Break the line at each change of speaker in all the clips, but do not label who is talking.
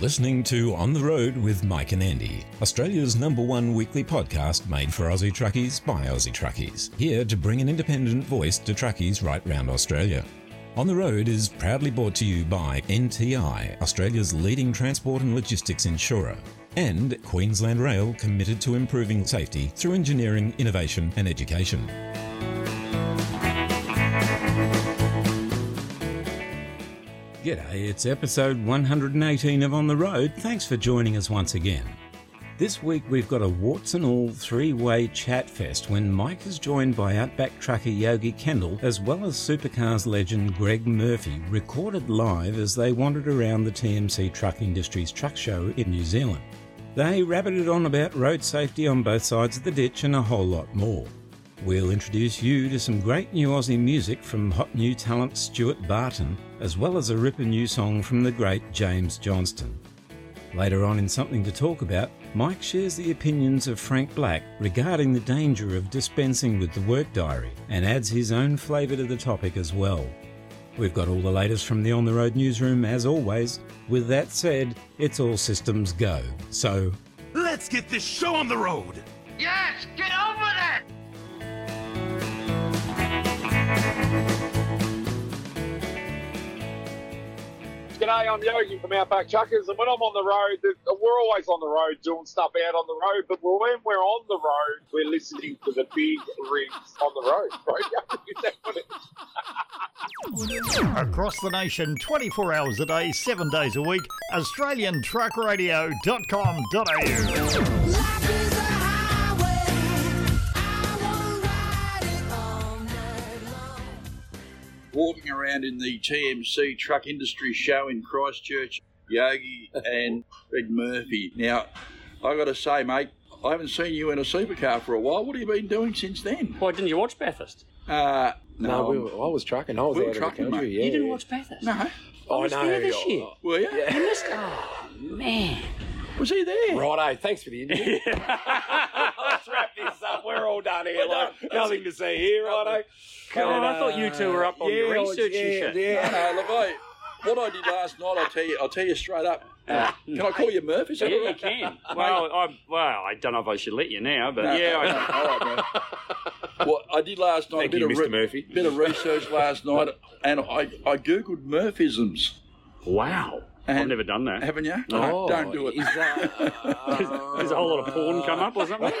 listening to On the Road with Mike and Andy, Australia's number one weekly podcast made for Aussie truckies by Aussie truckies, here to bring an independent voice to truckies right round Australia. On the Road is proudly brought to you by NTI, Australia's leading transport and logistics insurer, and Queensland Rail, committed to improving safety through engineering, innovation, and education. G'day, it's episode 118 of On the Road. Thanks for joining us once again. This week we've got a warts and all three way chat fest when Mike is joined by Outback trucker Yogi Kendall as well as supercars legend Greg Murphy, recorded live as they wandered around the TMC Truck Industries Truck Show in New Zealand. They rabbited on about road safety on both sides of the ditch and a whole lot more. We'll introduce you to some great new Aussie music from hot new talent Stuart Barton, as well as a ripper new song from the great James Johnston. Later on in Something to Talk About, Mike shares the opinions of Frank Black regarding the danger of dispensing with the work diary and adds his own flavour to the topic as well. We've got all the latest from the On the Road newsroom as always. With that said, it's all systems go. So,
let's get this show on the road!
Yes, get over that!
G'day, I'm Yogi from Outback Chuckers, and when I'm on the road, we're always on the road doing stuff out on the road, but when we're on the road, we're listening to the big rigs on the road, right? Is that what it
Across the nation, 24 hours a day, 7 days a week, AustralianTruckRadio.com.au.
Life is a highway. I will ride it all night long.
walking around in the TMC truck industry show in Christchurch, Yogi and Greg Murphy. Now, I got to say, mate, I haven't seen you in a supercar for a while. What have you been doing since then?
Why didn't you watch Bathurst?
Uh,
No, we were, I was trucking. I was
We were
out
trucking,
of the country.
mate.
Yeah,
you didn't
yeah.
watch Bathurst?
No.
Oh,
I was
no,
there this
yeah.
year.
Were you?
You missed. Oh man.
Was he there?
Righto, thanks for the interview.
Let's wrap this up. We're all done here.
Nothing to see here, righto.
God, I thought you two were up on your research
yeah,
and shit.
Yeah,
No, look, I, what I did last night, I'll tell you, I'll tell you straight up. Uh, Can I call you Murphy? Is that all
Yeah, you
right?
can. Well, I well, I don't know if I should let you now, but
No,
yeah,
no,
I,
no, all right, bro. Well, I did last night
Thank
a bit
you,
of
Mr. Murphy.
bit of research last night, and I, I googled Murphisms.
wow, I've
And-
never done that.
Haven't you? No, don't do it.
Is that,
There's a whole lot of porn come up or something.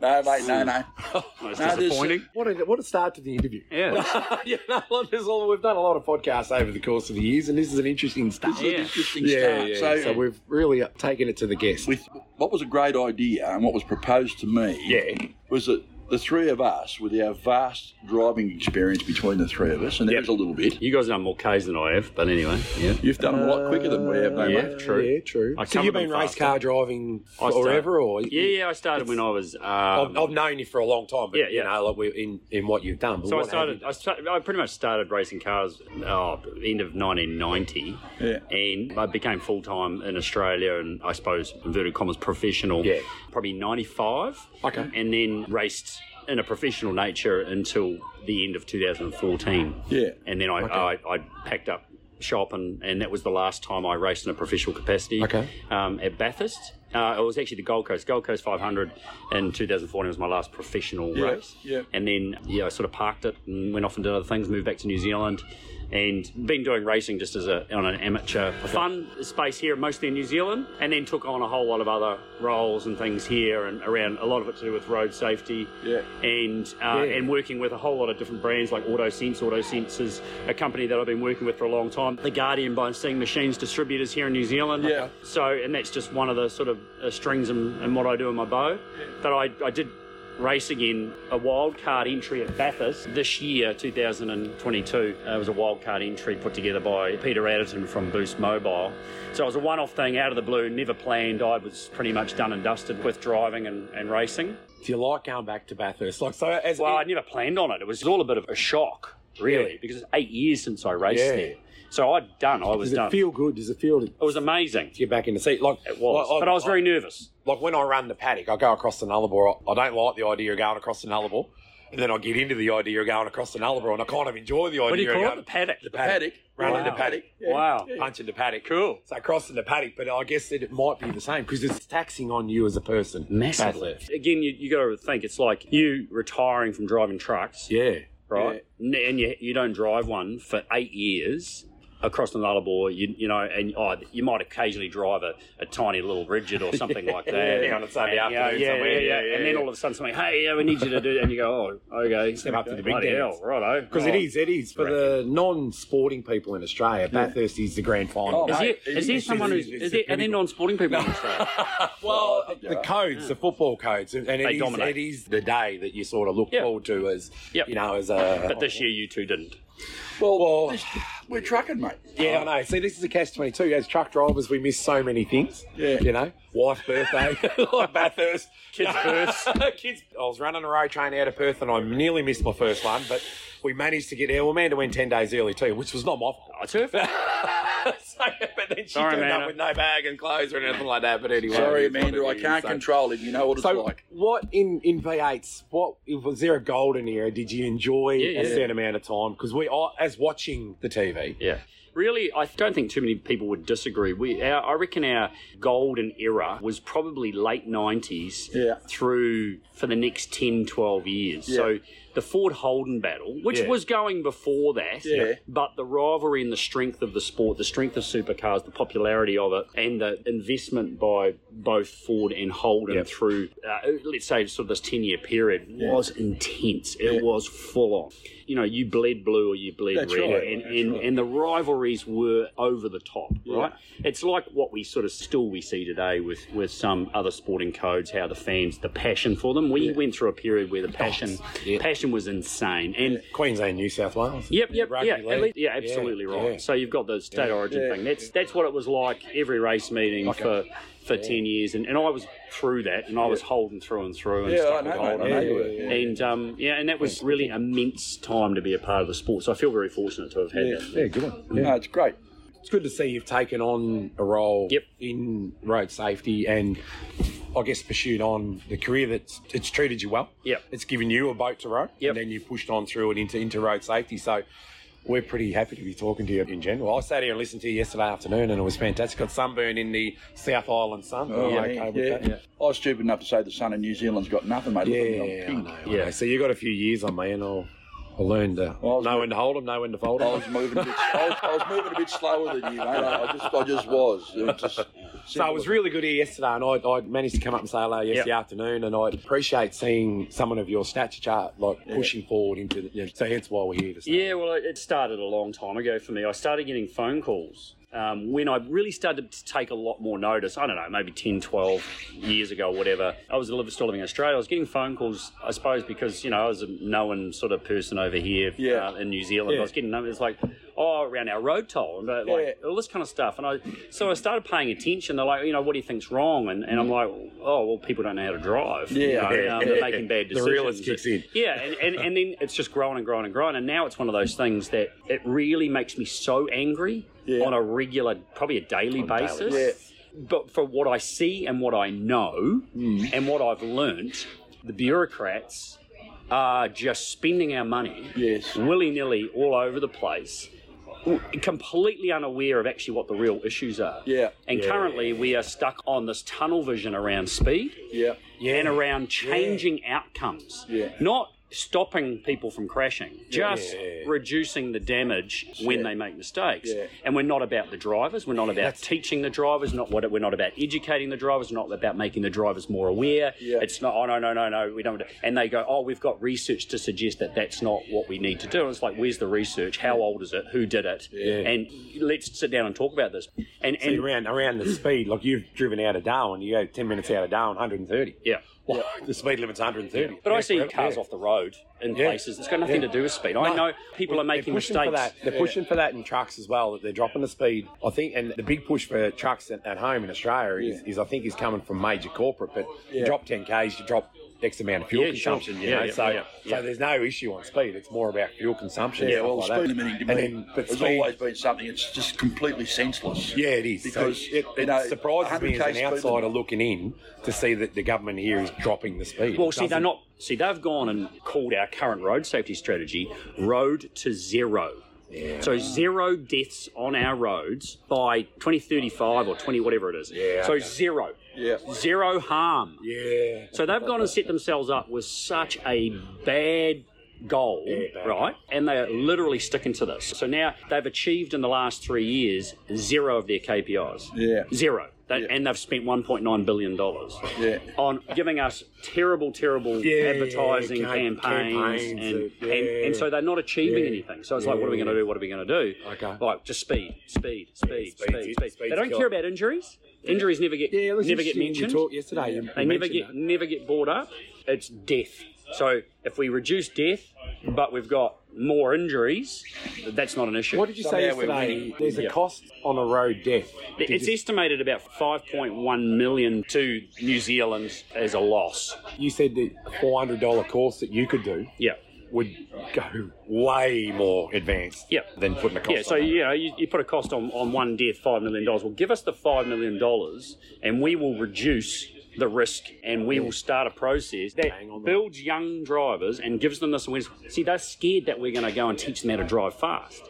No, mate, no, no.
That's
No, there's-
disappointing.
what, a, what a start to the interview.
Yeah.
yeah, no, look, there's all, we've done a lot of podcasts over the course of the years, and this is an interesting start.
It's an
Yeah.
interesting
yeah,
start.
yeah.
so,
So, we've really taken it to the guest.
with what was a great idea and what was proposed to me
Yeah.
was that the three of us, with our vast driving experience between the three of us, and there's a little bit.
You guys have done more K's than I have, but anyway, yeah.
You've done a lot quicker than we have, though,
yeah.
mate.
True.
Yeah, true.
I
so
covered
you've been
them
race
faster.
car driving
I started-
forever, or Oh,
Yeah, yeah. I started when I was. Um,
I've, I've known you for a long time, but
Yeah,
you
yeah.
know, like we in in what you've done. But
So I
what
started, I started. I pretty much started racing cars oh, end of 1990,
Yeah.
and I became full time in Australia, and I suppose inverted commas professional.
Yeah.
probably 95.
Okay.
and then raced in a professional nature until the end of 2014.
Yeah.
and then I I, I packed up shop, and and that was the last time I raced in a professional capacity.
Okay.
um, at Bathurst. Uh, it was actually the Gold Coast. Gold Coast 500 in 2014 was my last professional
Yeah,
race.
yeah.
And then, yeah, I sort of parked it and went off and did other things, moved back to New Zealand and been doing racing just as a, on an amateur fun space here, mostly in New Zealand, and then took on a whole lot of other roles and things here and around a lot of it to do with road safety
Yeah.
and uh, and working with a whole lot of different brands like AutoSense. AutoSense is a company that I've been working with for a long time. The Guardian by Seeing Machines distributors here in New Zealand.
Yeah.
So, and that's just one of the sort of uh, strings and, and what I do in my bow. But I, I did race again a wild card entry at Bathurst this year, 2022. Uh, it was a wild card entry put together by Peter Adderton from Boost Mobile. So it was a one off thing out of the blue, never planned. I was pretty much done and dusted with driving and, and racing.
do you like going back to Bathurst? Like so, as
Well, I never planned on it. It was all a bit of a shock, really,
Yeah.
because it's eight years since I raced
Yeah.
there. So I'd done. I was
does it
done.
feel good? Does it feel to
it was amazing.
get back in the seat? Like
It was. but I was very nervous.
like when I run the paddock, I go across the Nullarbor. I, I don't like the idea of going across the Nullarbor.
And then I get into the idea of going across the Nullarbor and I kind of enjoy the idea
What do you
of
call it?
going,
The paddock.
the
Paddock.
running the
Wow.
paddock,
Wow.
punching the paddock.
Cool.
So crossing the paddock, but I guess that it might be the same because it's taxing on you as a person.
Massively. Again, you, you got to think it's like you retiring from driving trucks,
Yeah.
right? N And you, you don't drive one for eight years across the Nullarbor, you, you know, and oh, you might occasionally drive a, a tiny little rigid or something like that.
Yeah, on a Sunday
And, you know,
afternoon
yeah,
somewhere,
Yeah,
yeah, yeah,
And then
yeah.
all of a sudden something, hey, yeah, we need you to do that. And you go, oh, okay.
Step up to the big
Bloody
dance.
hell, righto.
Because it
Oh.
is, it is.
For the non-sporting people in Australia, Bathurst is the grand final.
Oh,
Is,
mate,
there, is there
it's-
someone
it's-
who's,
it's
is there, are there non-sporting people in Australia?
Well, the
yeah.
codes, the football codes, and and
They
it is,
dominate.
it is the day that you sort of look
Yeah.
forward to as
Yep.
you know as a.
But this year you two didn't.
Well,
Well-
this- we're trucking, mate.
yeah,
I know. See, this is a catch twenty-two. As truck drivers, we miss so many things.
Yeah.
you know, wife's birthday, like Bathurst,
Kids first.
kids.
I was running a road train out of Perth, and I nearly missed my first one, but we managed to get there. Well, Amanda went ten days early too, which was not my fault.
Oh, turf.
so, but then she
Sorry,
turned
Amanda.
up with no bag and clothes or anything like that. But anyway,
Sorry,
it is what
Amanda,
it
I
is.
can't
So-
control him. You know what it's
So,
like.
what in in V8s? What was there a golden era? Did you enjoy
Yeah,
a
yeah.
certain amount of time? Because we are as watching the TV.
Yeah. Really, I don't think too many people would disagree. We, our, I reckon our golden era was probably late 90s
Yeah.
through for the next 10, 12 years. So the Ford Holden battle, which
Yeah.
was going before that,
Yeah.
but the rivalry and the strength of the sport, the strength of supercars, the popularity of it, and the investment by both Ford and Holden through, uh, let's say, sort of this 10 year period was intense. It was full on. You know, you bled blue or you bled
That's
red.
right.
And, and, and the rivalries were over the top, right? It's like what we sort of still we see today with, with some other sporting codes, how the fans, the passion for them. We went through a period where the passion passion was insane. And
Queensland, New South Wales.
Yep, yep,
Rugby
yeah,
league.
at least- yeah, absolutely
Yeah,
right.
yeah.
So you've got the state origin
Yeah.
thing. That's that's what it was like every race meeting for for ten years, and, and I was through that, and I was holding through and through, and
Yeah,
stuck
I know,
with
mate,
Holden.
I know you were.
And um, yeah, and that was really immense time to be a part of the sport. So I feel very fortunate to have had that.
Yeah, good one.
No, it's great.
It's good to see you've taken on a role
Yep.
in road safety and I guess pursued on the career that's it's treated you well.
Yep.
It's given you a boat to row
Yep.
and then you pushed on through it into, into road safety. So we're pretty happy to be talking to you in general. I sat here and listened to you yesterday afternoon and it was fantastic. Got sunburn in the South Island sun.
Oh,
I'm
yeah,
okay with
yeah.
that.
I was stupid enough to say the sun in New Zealand's got nothing, mate. Look at me, I'm
Yeah, I
pink.
know. I
Yeah.
know. So you got a few years on me and I'll, I'll learn to
was
know when to hold them, know when to fold
I
'em.
was moving a bit. I was, I was moving a bit slower than you, mate. I, I just, I just was. It was just
So it was really good here yesterday, and I, I managed to come up and say hello yesterday afternoon, and I appreciate seeing someone of your stature like pushing forward into. The, yeah, so hence why we're here. To say
Yeah, well, it- it started a long time ago for me. I started getting phone calls um, when I really started to take a lot more notice. I don't know, maybe 10, 12 years ago, whatever. I was li- still living in Australia. I was getting phone calls, I suppose, because, you know, I was a known sort of person over here
Yeah.
uh, in New Zealand. I was getting numbers like, oh, around our road toll, and uh, like all this kind of stuff. And I, so I started paying attention. They're like, you know, what do you think's wrong? And, and I'm like, oh, well, people don't know how to drive. you
Yeah.
know, um, they're making bad
The
decisions.
realist kicks in.
Yeah, and, and, and then it's just growing and growing and growing. And now it's one of those things that it really makes me so angry
Yeah.
on a regular, probably a daily basis. But for what I see and what I know
Hmm.
and what I've learnt, the bureaucrats are just spending our money
Yes.
willy nilly all over the place. w- Completely unaware of actually what the real issues are.
Yeah.
And currently we are stuck on this tunnel vision around speed
Yeah.
and around changing outcomes,
Yeah.
not stopping people from crashing, just reducing the damage when they make mistakes.
Yeah.
And we're not about the drivers. We're not about teaching the drivers. Not what we're not about educating the drivers. Not about making the drivers more aware.
Yeah.
It's not. Oh no no no no. We don't. And they go. Oh, we've got research to suggest that that's not what we need to do. And it's like, where's the research? How old is it? Who did it? And let's sit down and talk about this. And and
around around the speed, like you've driven out of Darwin, you go ten minutes out of Darwin, 130.
yeah.
Well, the speed limit's 130.
But I see
Yeah,
cars
yeah.
off the road in
Yeah.
places. It's got nothing
Yeah.
to do with speed. I
No.
know people are
They're
making
pushing
mistakes.
For that. They're pushing for that in trucks as well. That they're dropping the speed. I think, and the big push for trucks at, at home in Australia is, is, I think, is coming from major corporate. But you drop 10 k's, you drop X amount of fuel
Yeah, sure.
consumption. You
Yeah,
know?
yeah,
so,
yeah, yeah.
so there's no issue on speed. It's more about fuel consumption.
Yeah,
and
well,
stuff like
speed
that.
limiting to
And
me
then, but
has
speed-
always been something that's just completely senseless.
Yeah, it is. So
Because
it,
you
it
know,
surprises me
100K
as an
speed
outsider
limit-
looking in to see that the government here is dropping the speed.
Well,
It
see, they're
doesn't-
not. See, they've gone and called our current road safety strategy "Road to Zero." So zero deaths on our roads by 2035 or 20 whatever it is.
Yeah,
So
okay.
zero.
Yeah.
Zero harm.
Yeah.
So they've gone and set themselves up with such a bad goal, right? And they are literally sticking to this. So now they've achieved in the last three years zero of their KPIs.
Yeah.
Zero. They, And they've spent $1.9 billion
Yeah.
on giving us terrible, terrible
Yeah,
advertising
ca-
campaigns.
campaigns
and,
that-
and,
yeah.
and so they're not achieving
Yeah.
anything. So it's like, what are we going to do? What are we going to do? Okay. Like, just speed, speed, speed,
speed's
speed,
it.
speed. They
Speed's
don't care
killer.
about injuries. Injuries never get,
Yeah, it was
never get
interesting you
mentioned.
talked yesterday. You
They never
mentioned
get
that.
never get bought up. It's death. So if we reduce death, but we've got more injuries, that's not an issue.
What did you say
Somehow we're
yesterday?
winning.
There's a
Yeah.
cost on a road death. Did
It's
you,
estimated about 5.1 million to New Zealand as a loss.
you said the $400 course that you could do
Yeah.
would go way more advanced
Yeah.
than putting a cost
Yeah, so
on it.
you know, you, you put a cost on, on one death, five million dollars. Well, give us the five million dollars, and we will reduce the risk, and we will start a process that builds young drivers and gives them this awareness. See, they're scared that we're going to go and teach them how to drive fast.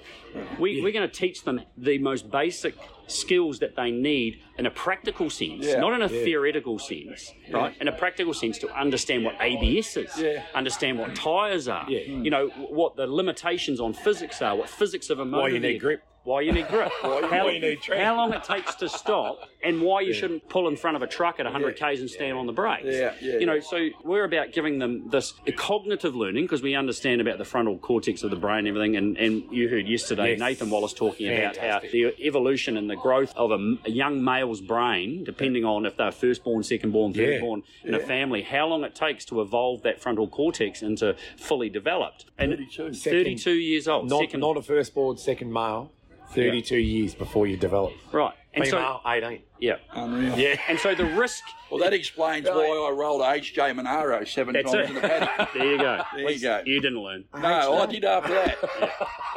We, We're going to teach them the most basic skills that they need in a practical sense,
Yeah.
not in a theoretical sense, right? In a practical sense, to understand what ABS is,
Yeah.
understand what tyres are, you know, w- what the limitations on physics are, what physics of a motor
you need
vehicle-
grip.
Why you need grip. how,
why you need track.
how long it takes to stop and why you shouldn't pull in front of a truck at 100 k's and stand on the brakes.
Yeah, yeah,
you know,
yeah.
so we're about giving them this cognitive learning because we understand about the frontal cortex of the brain and everything. And, and you heard yesterday
Yes.
Nathan Wallace talking about how
Fantastic.
the evolution and the growth of a, m- a young male's brain, depending on if they're firstborn, secondborn,
Yeah.
thirdborn in a family, how long it takes to evolve that frontal cortex into fully developed. And
32.
32 years old,
Not,
second,
not a first board, second male, 32 years before you develop.
right? And so,
Female, 18.
yeah,
Unreal.
yeah. And so the risk.
Well, that explains why I rolled HJ Monaro seven
That's
times
it.
in the paddock.
There you go.
There you go.
You didn't learn.
No, I did after that.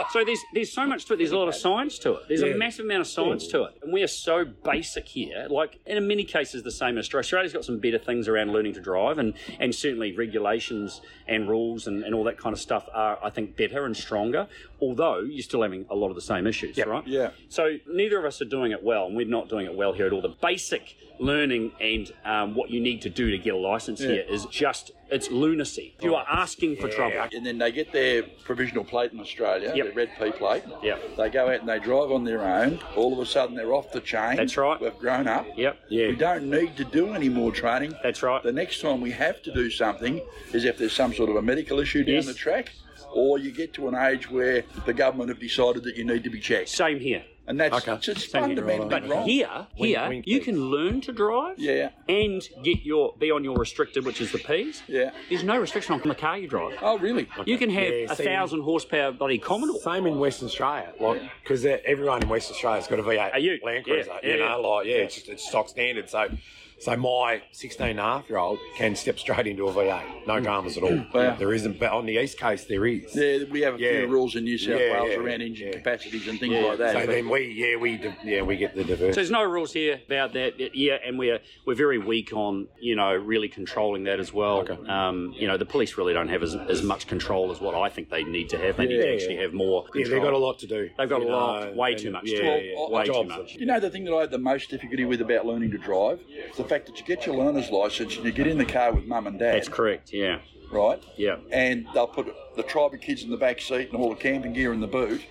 So there's there's so much to it. There's a lot of science to it. There's a massive amount of science to it, and we are so basic here. Like and in many cases, the same as Australia. Australia's got some better things around learning to drive, and and certainly regulations and rules and, and all that kind of stuff are I think better and stronger. Although you're still having a lot of the same issues, right?
Yeah.
So neither of us are doing it well, and we're not doing it well here at all. The basic learning and um, what you need to do to get a license here is just it's lunacy. You are asking for trouble.
And then they get their provisional plate in Australia,
Yep.
their red P plate.
Yep.
They go out and they drive on their own. All of a sudden, they're off the chain.
That's right.
We've grown up.
Yep.
We don't need to do any more training.
That's right.
The next time we have to do something is if there's some sort of a medical issue down
Yes.
the track, or you get to an age where the government have decided that you need to be checked.
Same here.
And that's it's, it's fundamentally
But
wrong.
here,
Wink,
here,
wink,
you
wink.
can learn to drive.
Yeah.
And get your be on your restricted, which is the P's.
Yeah.
There's no restriction on the car you drive.
Oh, really?
You can have
Yeah,
a
see.
thousand horsepower bloody Commodore.
Same in Western Australia, like because everyone in Western Australia's got a V8
Are you?
Land
Yeah,
Cruiser.
yeah,
you know,
yeah.
like yeah, it's, it's stock standard. So, so my 16 and a half year old can step straight into a V8,
Hmm.
no dramas at all.
Wow.
There isn't, but on the East Coast there is.
Yeah, we have a
Yeah.
few rules in New South
Yeah,
Wales
yeah,
around
yeah,
engine
yeah.
capacities and things like that.
So
But-
then we, yeah, we, di- yeah, we get the diversity.
So there's no rules here about that. It- Yeah, and we're we're very weak on you know really controlling that as well. Um, you know the police really don't have as, as much control as what I think they need to have. They need to
Yeah.
actually have more. Control.
yeah, they've got a lot to do.
They've got
you
a lot,
know,
way
and-
too much
Yeah,
to
yeah,
do.
yeah.
Way too
Jobs.
much.
You know, the thing that I had the most difficulty with about learning to drive is the fact that you get your learner's license and you get in the car with mum and dad,
That's correct. Yeah,
right?
yeah.
And they'll put the tribe of kids in the back seat and all the camping gear in the boot.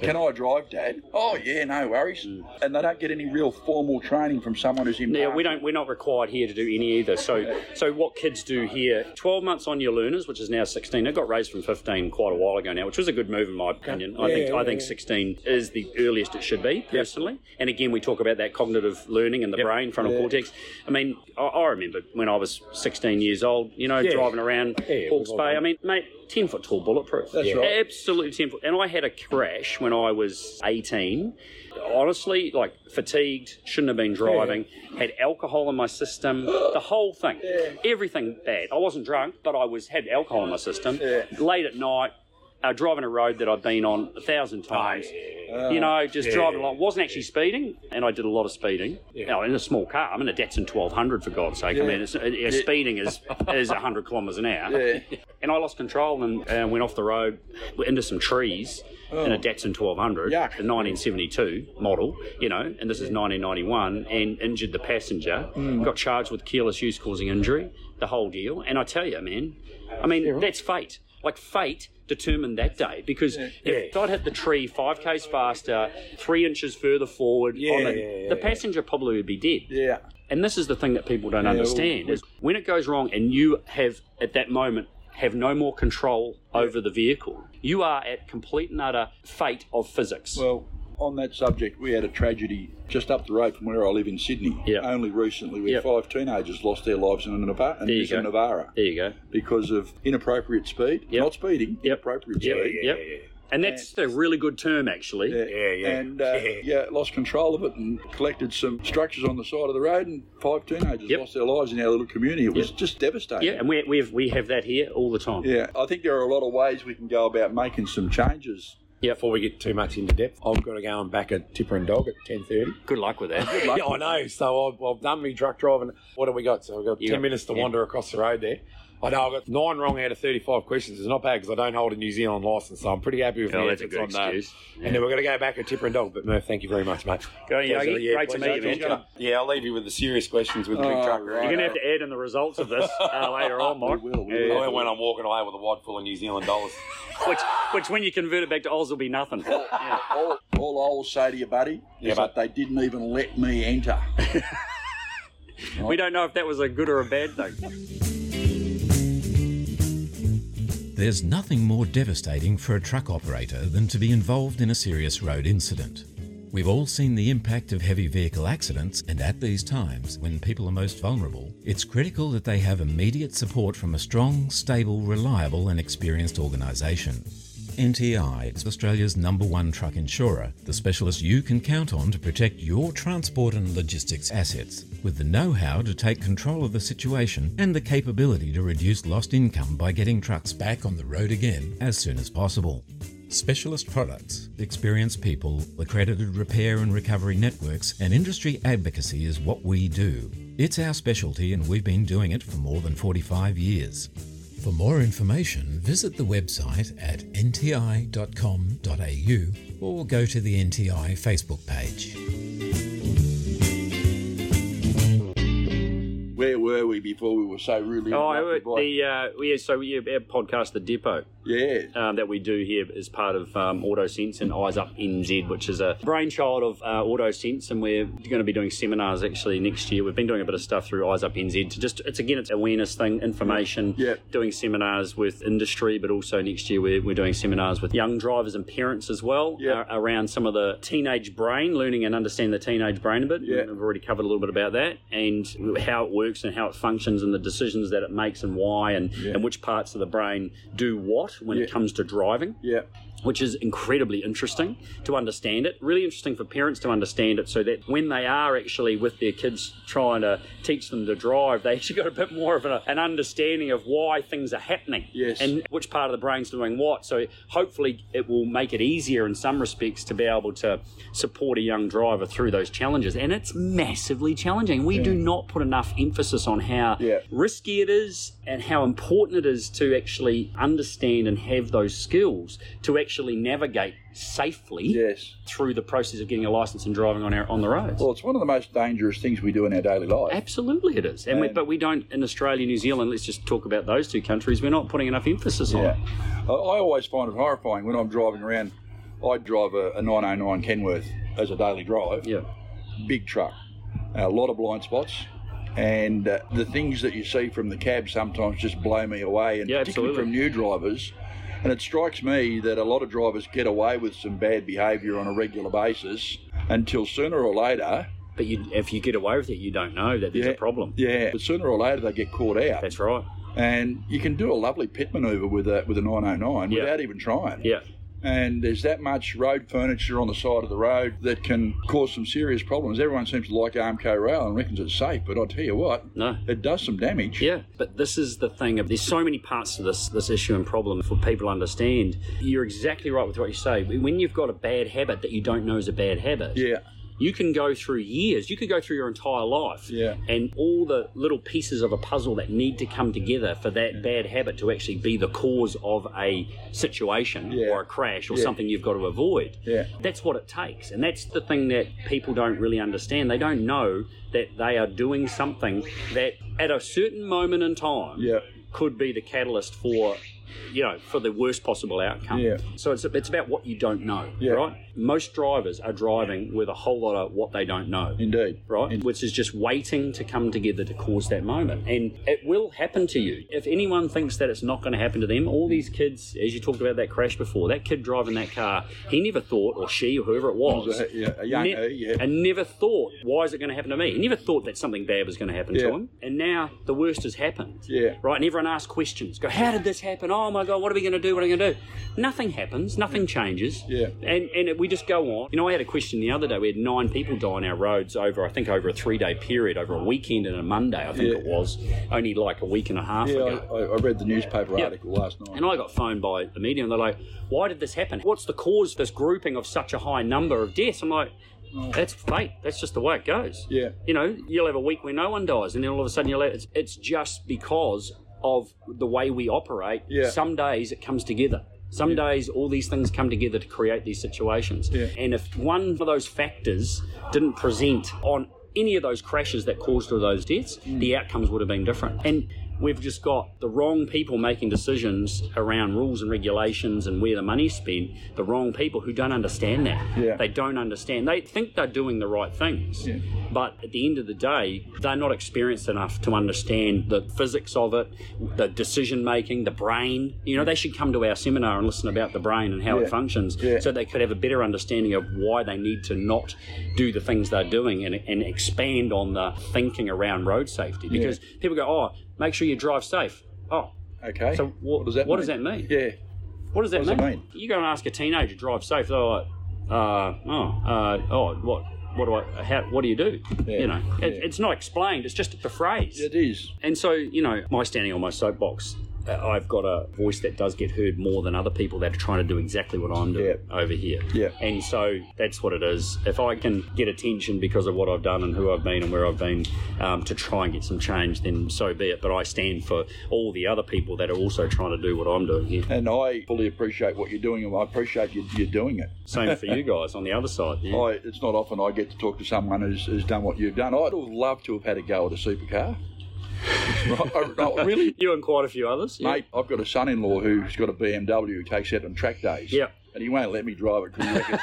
Can I drive, Dad? Oh yeah, no worries. And they don't get any real formal training from someone who's in.
Yeah, Mm. we don't. We're not required here to do any either. So, so what kids do here? Twelve months on your learners, which is now sixteen. It got raised from fifteen quite a while ago now, which was a good move in my opinion. I think I think sixteen is the earliest it should be personally. And again, we talk about that cognitive learning and the brain, frontal cortex. I mean, I, I remember when I was sixteen years old. You know, driving around
Yeah,
Hawke's
we've all
Bay.
done
I mean, mate, ten foot tall bulletproof.
That's Yeah. right.
Absolutely ten foot. And I had a crash when when I was 18. Honestly, like fatigued, shouldn't have been driving, had alcohol in my system, the whole thing, everything bad. I wasn't drunk, but I was had alcohol in my system. Late at night, uh, driving a road that I'd been on a thousand times. You know, just
Oh, Yeah.
driving along. Wasn't actually speeding, and I did a lot of speeding. You know, in a small car. I'm in a Datsun 1200, for God's sake.
Yeah.
I mean, it's, it- it's
Yeah.
speeding is, is 100 kilometres an hour.
Yeah.
And I lost control and, and went off the road into some trees in a
Oh.
Datsun 1200, a 1972 model, you know, and this is 1991, and injured the passenger.
Mm.
Got charged with careless use causing injury, the whole deal. And I tell you, man, I mean, that's fate. Like fate determined that day because if I'd hit the tree five k's faster, three inches further forward, on the,
yeah,
the
yeah.
passenger probably would be dead.
Yeah.
And this is the thing that people don't
Yeah,
understand
well,
is when it goes wrong and you have at that moment have no more control over the vehicle, you are at complete and utter fate of physics.
Well, on that subject, we had a tragedy just up the road from where I live in Sydney. Only recently, where five teenagers lost their lives in an apartment
There you
in
go.
Navara.
There you go.
Because of inappropriate speed, not speeding, inappropriate
Yep,
speed.
yep. And that's a really good term, actually.
Yeah, And uh, yeah. lost control of it and collected some structures on the side of the road, and five teenagers lost their lives in our little community. It was just devastating.
yeah, and we, we've, we have that here all the time.
Yeah, I think there are a lot of ways we can go about making some changes.
Yeah,
before we get too much into depth, I've got to go and back a tipper and dog at ten thirty.
Good luck with that.
Good luck.
yeah, I know. So I've, I've done my truck driving. What have we got? So I've got
You
ten
got-
minutes to
yeah.
wander across the road there. I know I've got nine wrong out of thirty-five questions. It's not bad because I don't hold a New Zealand license, so I'm pretty happy with
Oh,
the
that's a
efforts
good
on that.
excuse.
And then we're going to go back a tipper and dog. But Murph, thank you very much, mate.
Go, Yogi.
Pleasure, yeah,
Great to
pleasure.
meet you, man.
Gonna- Yeah, I'll leave you with the serious questions with the big
Oh,
truck.
You're going to have to add in the results of this uh, later on, Mike.
Yeah, when I'm walking away with a wad full of New Zealand dollars.
which, which, when you convert it back to Oz, will be nothing.
All, all I will say to you, buddy,
Yeah,
is that they didn't even let me enter.
We don't know if that was a good or a bad thing.
There's nothing more devastating for a truck operator than to be involved in a serious road incident. We've all seen the impact of heavy vehicle accidents, and at these times, when people are most vulnerable, it's critical that they have immediate support from a strong, stable, reliable, and experienced organisation. NTI is Australia's number one truck insurer, the specialist you can count on to protect your transport and logistics assets, with the know how to take control of the situation and the capability to reduce lost income by getting trucks back on the road again as soon as possible. Specialist products, experienced people, accredited repair and recovery networks, and industry advocacy is what we do. It's our specialty, and we've been doing it for more than 45 years. For more information, visit the website at nti.com.au or go to the NTI Facebook page.
Where were we before we were so rudely
Oh,
interrupted by-
the uh, yeah. So yeah, our podcast, the Depot,
yeah,
um, that we do here is part of um, AutoSense and Eyes Up NZ, which is a brainchild of uh, AutoSense, and we're going to be doing seminars actually next year. We've been doing a bit of stuff through Eyes Up NZ to just it's again it's awareness thing, information, yeah. doing seminars with industry, but also next year we're, we're doing seminars with young drivers and parents as well uh, around some of the teenage brain, learning and understanding the teenage brain a bit.
Yeah.
We've already covered a little bit about that and how it works and how it functions and the decisions that it makes and why and, and which parts of the brain do what when it comes to driving.
Yeah.
Which is incredibly interesting to understand it. Really interesting for parents to understand it so that when they are actually with their kids trying to teach them to drive, they actually got a bit more of an, an understanding of why things are happening
Yes.
and which part of the brain's doing what. So hopefully it will make it easier in some respects to be able to support a young driver through those challenges. And it's massively challenging. We do not put enough emphasis on how risky it is and how important it is to actually understand and have those skills to actually navigate safely through the process of getting a license and driving on our on the roads.
Well, it's one of the most dangerous things we do in our daily life.
Absolutely, it is. And we, but we don't in Australia, New Zealand. Let's just talk about those two countries. We're not putting enough emphasis on it.
I I always find it horrifying when I'm driving around. I drive a, a 909 Kenworth as a daily drive.
Yeah.
Big truck, a lot of blind spots, and uh, the things that you see from the cab sometimes just blow me away, and
Yeah,
particularly
absolutely.
from new drivers. And it strikes me that a lot of drivers get away with some bad behaviour on a regular basis until sooner or later.
But you, if you get away with it, you don't know that there's a problem.
Yeah, but sooner or later they get caught out.
That's right.
And you can do a lovely pit manoeuvre with a with a 909
Yeah.
without even trying.
Yeah.
and there's that much road furniture on the side of the road that can cause some serious problems. Everyone seems to like Armco Rail and reckons it's safe, but I tell you what,
No.
it does some damage.
Yeah, but this is the thing. of- There's so many parts to this this issue and problem for people to understand. You're exactly right with what you say. When you've got a bad habit that you don't know is a bad habit,
Yeah,
you can go through years. You could go through your entire life,
yeah.
and all the little pieces of a puzzle that need to come together for that bad habit to actually be the cause of a situation
Yeah.
or a crash or
Yeah.
something you've got to avoid.
Yeah.
That's what it takes. And that's the thing that people don't really understand. They don't know that they are doing something that at a certain moment in time
Yeah.
could be the catalyst for you know for the worst possible outcome
Yeah.
so it's, it's about what you don't know
Yeah.
right most drivers are driving with a whole lot of what they don't know
Indeed.
right? Which is just waiting to come together to cause that moment. And it will happen to you. If anyone thinks that it's not going to happen to them, all these kids, as you talked about that crash before, that kid driving that car, he never thought, or she, or whoever it was,
Yeah, a young,
ne-
yeah.
and never thought, why is it going to happen to me? He never thought that something bad was going to happen to
Yeah.
him. And now the worst has happened.
Yeah.
Right? And everyone asks questions. Go, how did this happen? Oh my God, what are we going to do? What are we going to do? Nothing happens. Nothing changes.
Yeah.
And, and it, we just go on. You know, I had a question the other day. We had nine people die on our roads over, I think, over a three day period, over a weekend and a Monday, I think
Yeah.
it was, only like a week and a half
Yeah,
ago.
I, I I read the newspaper
Yeah.
article last night.
And I got phoned by the media and they're like, why did this happen? What's the cause of this grouping of such a high number of deaths? I'm like, that's fate. That's just the way it goes.
Oh. Yeah.
You know, you'll have a week where no one dies and then all of a sudden you'll have, it's, it's just because of the way we operate.
Yeah.
Some days it comes together. Some days all these things come together to create these situations.
Yeah.
And if one of those factors didn't present on any of those crashes that caused all those deaths, the outcomes would have been different. And we've just got the wrong people making decisions around rules and regulations and where the money's spent, the wrong people who don't understand that.
Yeah.
They don't understand. They think they're doing the right things.
Yeah.
But at the end of the day, they're not experienced enough to understand the physics of it, the decision making, the brain. You know, they should come to our seminar and listen about the brain and how
Yeah.
it functions
Yeah.
so they could have a better understanding of why they need to not do the things they're doing and, and expand on the thinking around road safety. Because people go, oh, make sure you drive safe. Oh,
okay.
so what,
what does that
what
mean?
does that mean?
Yeah.
What does that,
What does that
mean? You go and ask a teenager drive safe. They're like, uh, oh, uh, oh, what, what do I, how, what do you do?
Yeah,
You know, it,
yeah.
it's not explained. It's just a phrase.
It is.
And so, you know, my standing on my soapbox, uh, I've got a voice that does get heard more than other people that are trying to do exactly what I'm doing
Yeah.
over here.
Yeah.
And so that's what it is. If I can get attention because of what I've done and who I've been and where I've been um, to try and get some change, then so be it. But I stand for all the other people that are also trying to do what I'm doing here.
And I fully appreciate what you're doing, and I appreciate you, you're doing it.
Same for you guys on the other side. Yeah.
I, it's not often I get to talk to someone who's, who's done what you've done. I'd have loved to have had a go at a supercar. right, I, I really,
You and quite a few others. Yeah.
mate. I've got a son-in-law who's got a BMW who takes out on track days.
Yeah.
And he won't let me drive it because he reckons,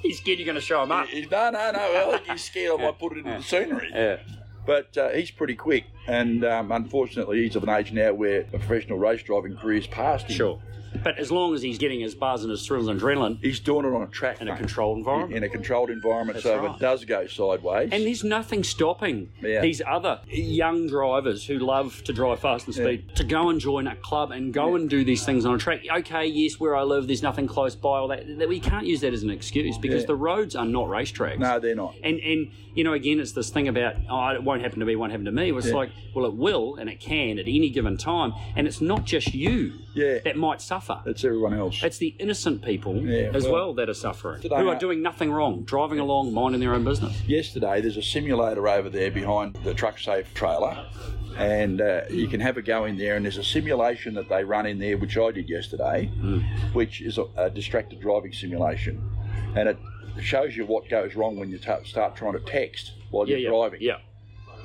He's scared you're going to show him up.
he- no, no, no. Well, he's scared I might put it in the scenery.
Yeah.
But uh, he's pretty quick, and um, unfortunately, he's of an age now where a professional race driving career's past him.
Sure. But as long as he's getting his buzz and his thrills and adrenaline
He's doing it on a track
in a
mate.
controlled environment.
in a controlled environment,
That's
so if
right.
it does go sideways.
And there's nothing stopping
Yeah.
these other young drivers who love to drive fast and speed to go and join a club and go and do these things on a track. Okay, yes, where I live, there's nothing close by. All that that we can't use that as an excuse because the roads are not racetracks.
no, they're not.
And and you know, again, it's this thing about oh, it won't happen to me, it won't happen to me. It's like, well, it will, and it can at any given time, and it's not just you
Yeah.
that might suffer.
It's everyone else.
It's the innocent people
Yeah,
as well,
well,
that are suffering,
today
who are
I-
doing nothing wrong, driving along, minding their own business.
Yesterday, there's a simulator over there behind the truck safe trailer, and uh, you can have a go in there. And there's a simulation that they run in there, which I did yesterday,
Hmm.
which is a, a distracted driving simulation, and it shows you what goes wrong when you ta start trying to text while
Yeah,
you're
yeah,
driving.
yeah.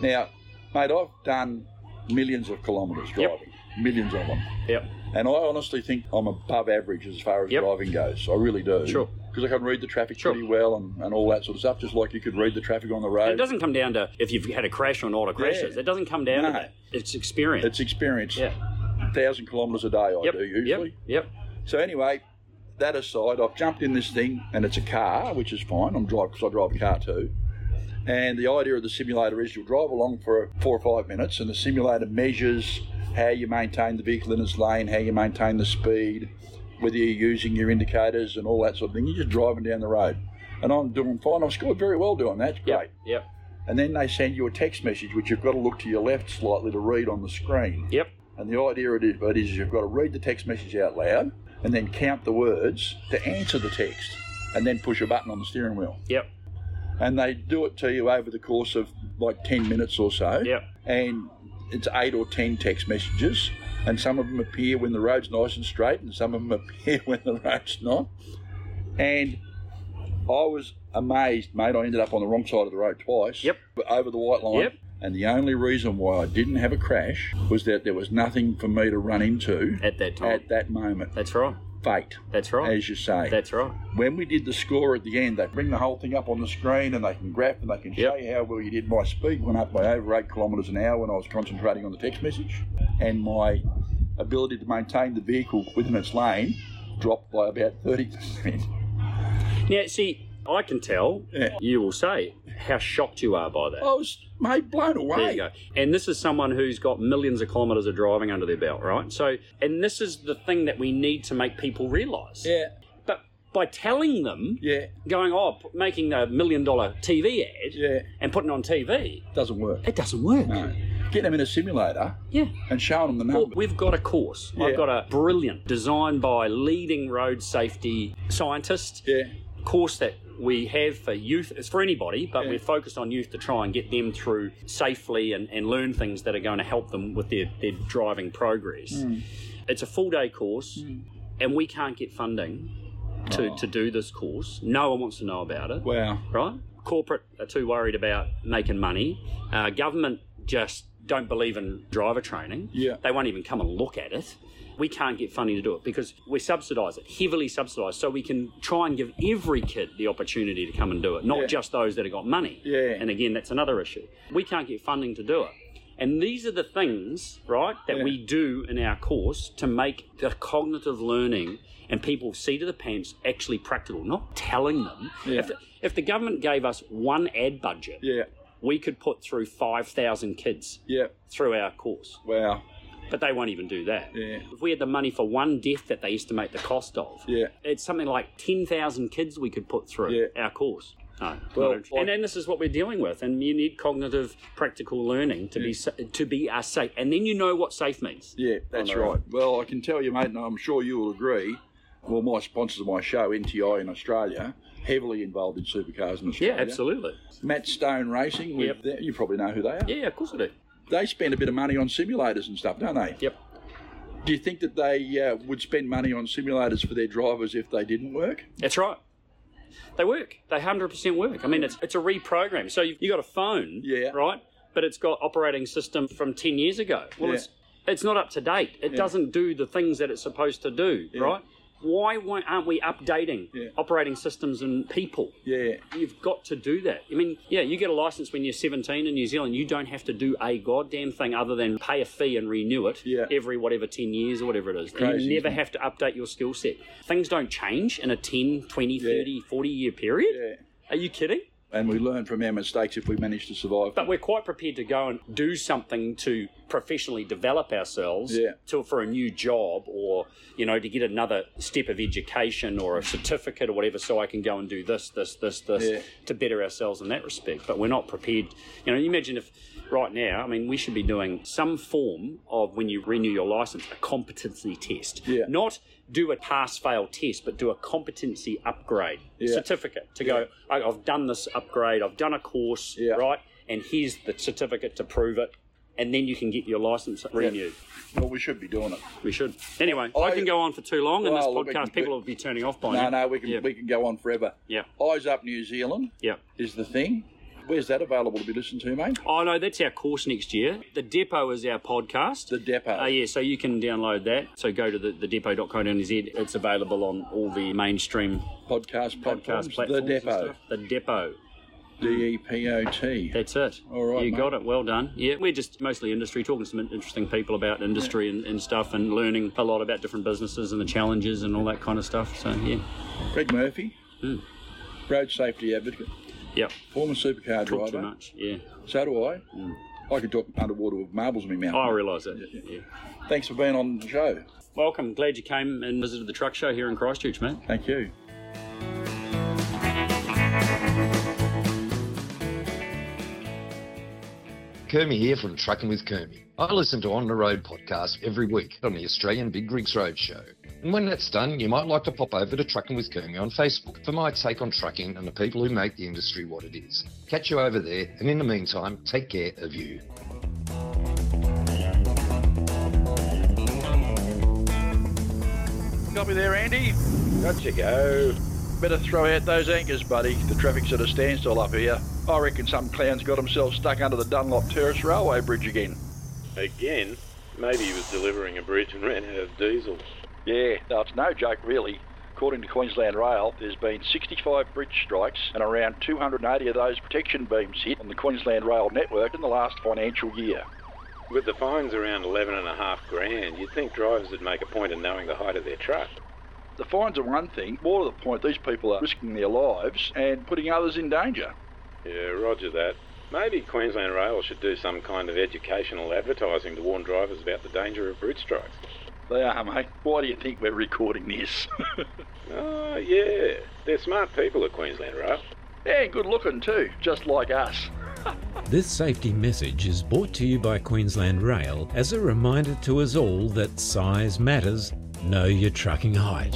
Now, mate, I've done millions of kilometres
Yep.
driving, millions of them.
Yep.
And I honestly think I'm above average as far as
Yep.
driving goes. I really do.
Sure.
Because I can read the traffic
Sure.
pretty well and, and all that sort of stuff, just like you could read the traffic on the
It
road.
doesn't come down to if you've had a crash or not, or crashes.
Yeah.
It doesn't come down to
No.
that. It's experience.
It's experience.
yeah.
Thousand kilometres a day I
Yep.
do usually.
Yep. Yep.
So anyway, that aside, I've jumped in this thing and it's a car, which is fine. I'm drive because I drive a car too. And the idea of the simulator is you'll drive along for four or five minutes, and the simulator measures how you maintain the vehicle in its lane, how you maintain the speed, whether you're using your indicators and all that sort of thing. You're just driving down the road. And I'm doing fine. I've scored very well doing that. It's great.
Yep.
And then they send you a text message, which you've got to look to your left slightly to read on the screen.
Yep.
And the idea it is, it is you've got to read the text message out loud and then count the words to answer the text and then push a button on the steering wheel.
Yep.
And they do it to you over the course of like 10 minutes or so. Yep. And it's eight or 10 text messages. And some of them appear when the road's nice and straight, and some of them appear when the road's not. And I was amazed, mate. I ended up on the wrong side of the road twice. Yep. Over the white line.
Yep.
And the only reason why I didn't have a crash was that there was nothing for me to run into
at that time.
At that moment.
That's right.
Fate.
That's right.
As you say.
That's right.
When we did the score at the end, they bring the whole thing up on the screen and they can graph and they can show you how well you did. My speed went up by over eight kilometres an hour when I was concentrating on the text message, and my ability to maintain the vehicle within its lane dropped by about 30%.
Now, see, I can tell you will say how shocked you are by that.
I was, mate, blown away.
There you go. And this is someone who's got millions of kilometres of driving under their belt, right? So, and this is the thing that we need to make people realise.
Yeah.
But by telling them,
yeah,
going, oh, p- making a million dollar TV ad
yeah.
and putting it on TV,
Doesn't work.
it doesn't work.
No. Get them in a simulator
Yeah.
and show them the numbers.
Well, we've got a course.
Yeah.
I've got a brilliant, designed by leading road safety scientist
Yeah.
course that we have for youth. It's for anybody, but we're focused on youth to try and get them through safely and, and learn things that are going to help them with their, their driving progress. It's a full day course, and we can't get funding to, to do this course. No one wants to know about it
Wow.
right? Corporate are too worried about making money. Uh, government just don't believe in driver training.
Yeah.
They won't even come and look at it. We can't get funding to do it because we subsidise it, heavily subsidised, so we can try and give every kid the opportunity to come and do it, not
Yeah.
just those that have got money.
Yeah.
And again, that's another issue. We can't get funding to do it. And these are the things, right, that
Yeah.
we do in our course to make the cognitive learning and people see to the pants actually practical, not telling them.
Yeah.
If, if the government gave us one ad budget,
Yeah.
we could put through 5,000 kids
Yeah.
through our course,
Wow.
but they won't even do that.
Yeah.
If we had the money for one death that they estimate the cost of,
Yeah.
it's something like 10,000 kids we could put through
Yeah.
our course. No,
Well,
not interested. and then this is what we're dealing with, and you need cognitive, practical learning to be sa- to be uh, safe, and then you know what safe means.
Yeah, that's
the
right.
road.
Well, I can tell you, mate, and I'm sure you will agree. Well, my sponsors of my show, NTI in Australia, heavily involved in supercars in
Yeah,
Australia.
absolutely.
Matt Stone Racing, with
Yep.
them- you probably know who they are.
Yeah, of course I do.
They spend a bit of money on simulators and stuff, don't they?
Yep.
Do you think that they uh, would spend money on simulators for their drivers if they didn't work?
That's right. They work. They hundred percent work. I mean, it's it's a reprogram. So you've, you got a phone,
Yeah.
right? But it's got operating system from ten years ago. Well,
Yeah.
it's it's not up to date. It doesn't do the things that it's supposed to do, right? Why won't, aren't we updating
Yeah.
operating systems and people?
Yeah,
You've got to do that. I mean, yeah, you get a license when you're 17 in New Zealand. You don't have to do a goddamn thing other than pay a fee and renew it
Yeah.
every whatever 10 years or whatever it is.
Crazy,
you never
isn't it?
have to update your skill set. Things don't change in a 10, 20, 30, 40 year period.
yeah.
Are you kidding?
And we learn from our mistakes if we manage to survive.
But we're quite prepared to go and do something to professionally develop ourselves
Yeah.
to, for a new job or, you know, to get another step of education or a certificate or whatever so I can go and do this, this, this, this
Yeah.
to better ourselves in that respect. But we're not prepared. You know, you imagine if right now, I mean, we should be doing some form of, when you renew your license, a competency test.
Yeah.
Not do a pass fail test, but do a competency upgrade
Yeah.
certificate to go, "I- I've done this upgrade, I've done a course,
Yeah.
right? And here's the certificate to prove it. And then you can get your license renewed.
well, we should be doing it.
We should. Anyway, I,
I-
can go on for too long in this
Well, look, we
podcast.
can-
People will be turning off by
No,
now.
no, we can
Yeah.
we can go on forever.
Yeah.
Eyes up, New Zealand
yeah.
is the thing. Where's that available to be listened to, mate?
Oh no, that's our course next year. The Depot is our podcast.
The Depot.
Oh yeah, so you can download that. So go to the, the depot.co.nz. It's available on all the mainstream
podcast platforms,
podcast platforms.
the
and
depot,
stuff. The Depot.
D E P O T.
That's it.
All right,
You
mate.
got it. Well done. Yeah, we're just mostly industry, talking to some interesting people about industry and, and stuff and learning a lot about different businesses and the challenges and all that kind of stuff. So, yeah.
Greg Murphy, road safety advocate,
Hmm. Yep.
former supercar
Talk too
driver.
much. Yeah.
So do I.
Hmm.
I could talk underwater with marbles in my mouth.
I realise Oh, that. Yeah.
Thanks for being on the show.
Welcome. Glad you came and visited the truck show here in Christchurch, mate.
Thank you.
Kermie here from Trucking with Kermie. I listen to On the Road podcast every week on the Australian Big Rigs Roadshow. And when that's done, you might like to pop over to Trucking with Kermie on Facebook for my take on trucking and the people who make the industry what it is. Catch you over there, and in the meantime, take care of you.
Got me there, Andy. Got you go. Better throw out those anchors, buddy. The traffic's at a standstill up here. I reckon some clown's got himself stuck under the Dunlop Terrace Railway Bridge again.
Again, maybe he was delivering a bridge and ran out of diesel.
Yeah, no, it's no joke, really. According to Queensland Rail, there's been 65 bridge strikes and around 280 of those protection beams hit on the Queensland Rail network in the last financial year.
With the fines around eleven and a half grand, you'd think drivers would make a point of knowing the height of their truck.
The fines are one thing, more to the point, these people are risking their lives and putting others in danger.
Yeah, roger that. Maybe Queensland Rail should do some kind of educational advertising to warn drivers about the danger of bridge strikes.
They are, mate. Why do you think we're recording this?
Oh, yeah. They're smart people at Queensland Rail.
yeah, good looking too, just like us.
This safety message is brought to you by Queensland Rail as a reminder to us all that size matters. Know your trucking height.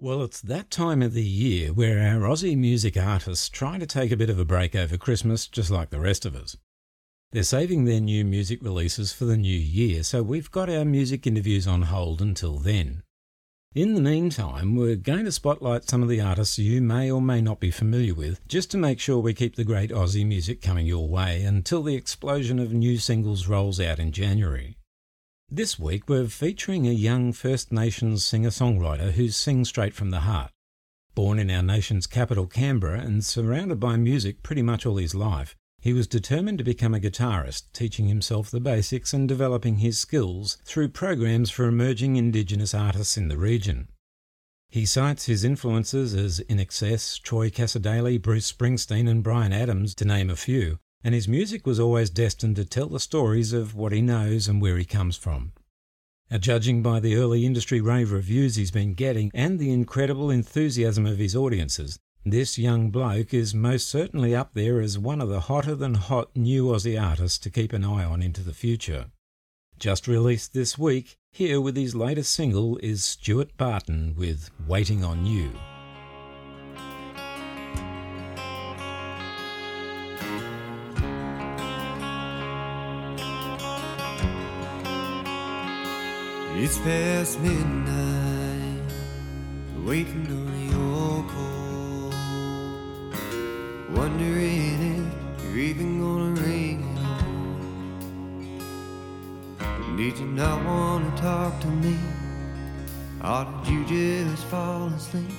Well, it's that time of the year where our Aussie music artists try to take a bit of a break over Christmas, just like the rest of us. They're saving their new music releases for the new year, so we've got our music interviews on hold until then. In the meantime, we're going to spotlight some of the artists you may or may not be familiar with, just to make sure we keep the great Aussie music coming your way until the explosion of new singles rolls out in January. This week, we're featuring a young First Nations singer songwriter who sings straight from the heart. Born in our nation's capital, Canberra, and surrounded by music pretty much all his life, he was determined to become a guitarist, teaching himself the basics and developing his skills through programs for emerging Indigenous artists in the region. He cites his influences as In Excess, Troy Casadale, Bruce Springsteen, and Brian Adams, to name a few, and his music was always destined to tell the stories of what he knows and where he comes from. Now, judging by the early industry rave reviews he's been getting and the incredible enthusiasm of his audiences, this young bloke is most certainly up there as one of the hotter than hot new Aussie artists to keep an eye on into the future. Just released this week, here with his latest single is Stuart Barton with Waiting on You.
It's past midnight, waiting on your call. Wondering if you're even gonna ring at all. Did you not wanna talk to me? Or did you just fall asleep?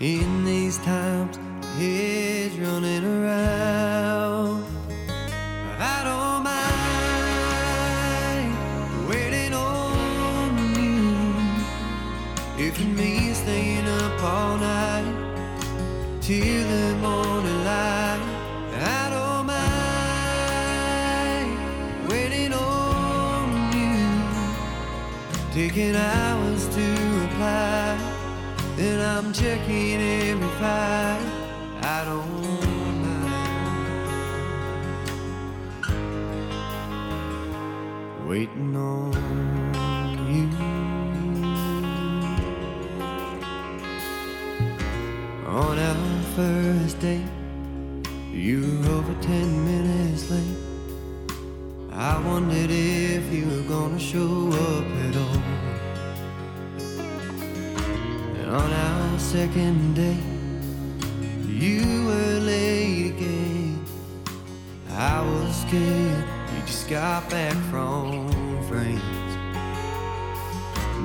In these times, heads running around. I don't mind waiting on you. If it means staying up all night till the morning light, I don't mind waiting on you. Taking hours to reply, and I'm checking every file. I don't mind waiting on you. On our first date, you were over ten minutes late. I wondered if you were gonna show up at all. And on our second date, you were late again. I was scared you just got back from France.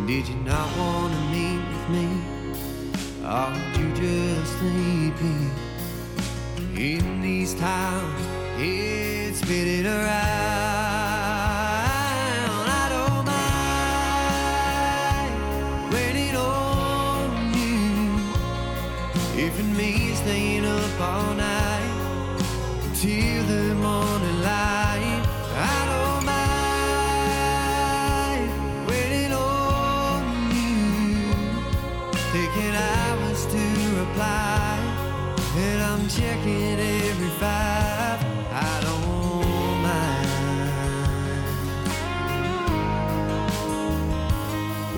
Did you not wanna meet with me? Are you just sleeping? In these times, it's spinning around. I don't mind waiting on you. If it means staying up all night till the morning light, I don't mind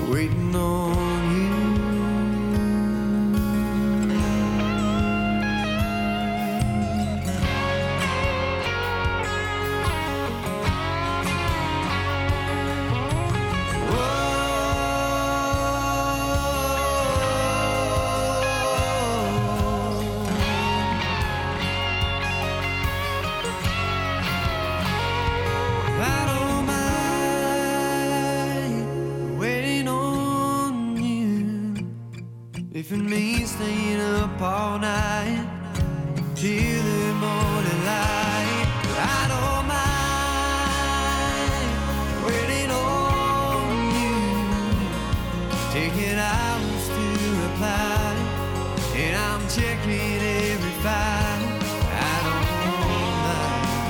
waiting on you. I don't mind waiting on you if it means staying up all night till the morning light. I don't mind waiting on you, taking hours to reply, and I'm checking every file. I don't mind.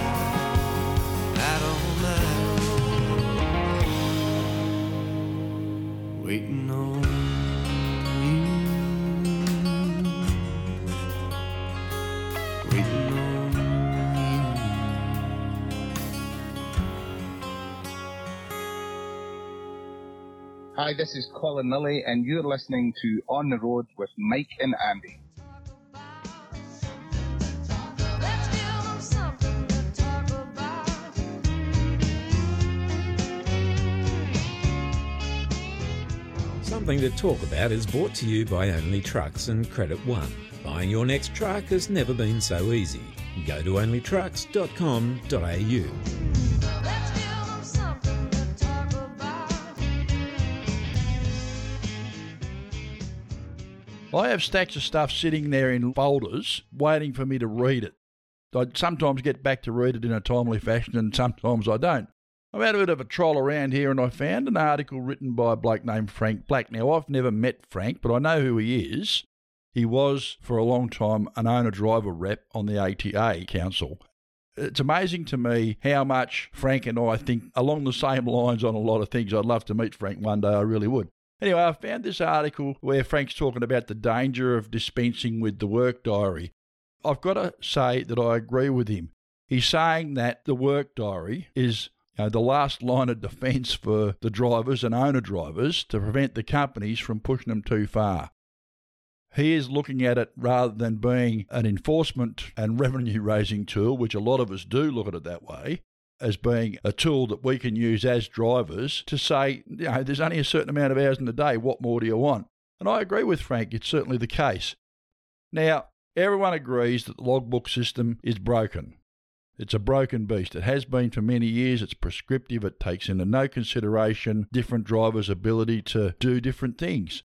I don't mind waiting on you. Waiting on you.
Hi, this is Colin Lilly, and you're listening to On the Road with Mike and Andy.
Something to Talk About is brought to you by Only Trucks and Credit One. Buying your next truck has never been so easy. Go to onlytrucks.com.au.
I have stacks of stuff sitting there in folders waiting for me to read it. I sometimes get back to read it in a timely fashion and sometimes I don't. I've had a bit of a troll around here and I found an article written by a bloke named Frank Black. Now, I've never met Frank, but I know who he is. He was, for a long time, an owner driver rep on the ATA Council. It's amazing to me how much Frank and I think along the same lines on a lot of things. I'd love to meet Frank one day, I really would. Anyway, I found this article where Frank's talking about the danger of dispensing with the work diary. I've got to say that I agree with him. He's saying that the work diary is you know, the last line of defence for the drivers and owner drivers to prevent the companies from pushing them too far. He is looking at it rather than being an enforcement and revenue raising tool, which a lot of us do look at it that way, as being a tool that we can use as drivers to say, you know, there's only a certain amount of hours in the day. What more do you want? And I agree with Frank, it's certainly the case. Now, everyone agrees that the logbook system is broken. It's a broken beast. It has been for many years. It's prescriptive. It takes into no consideration different drivers' ability to do different things.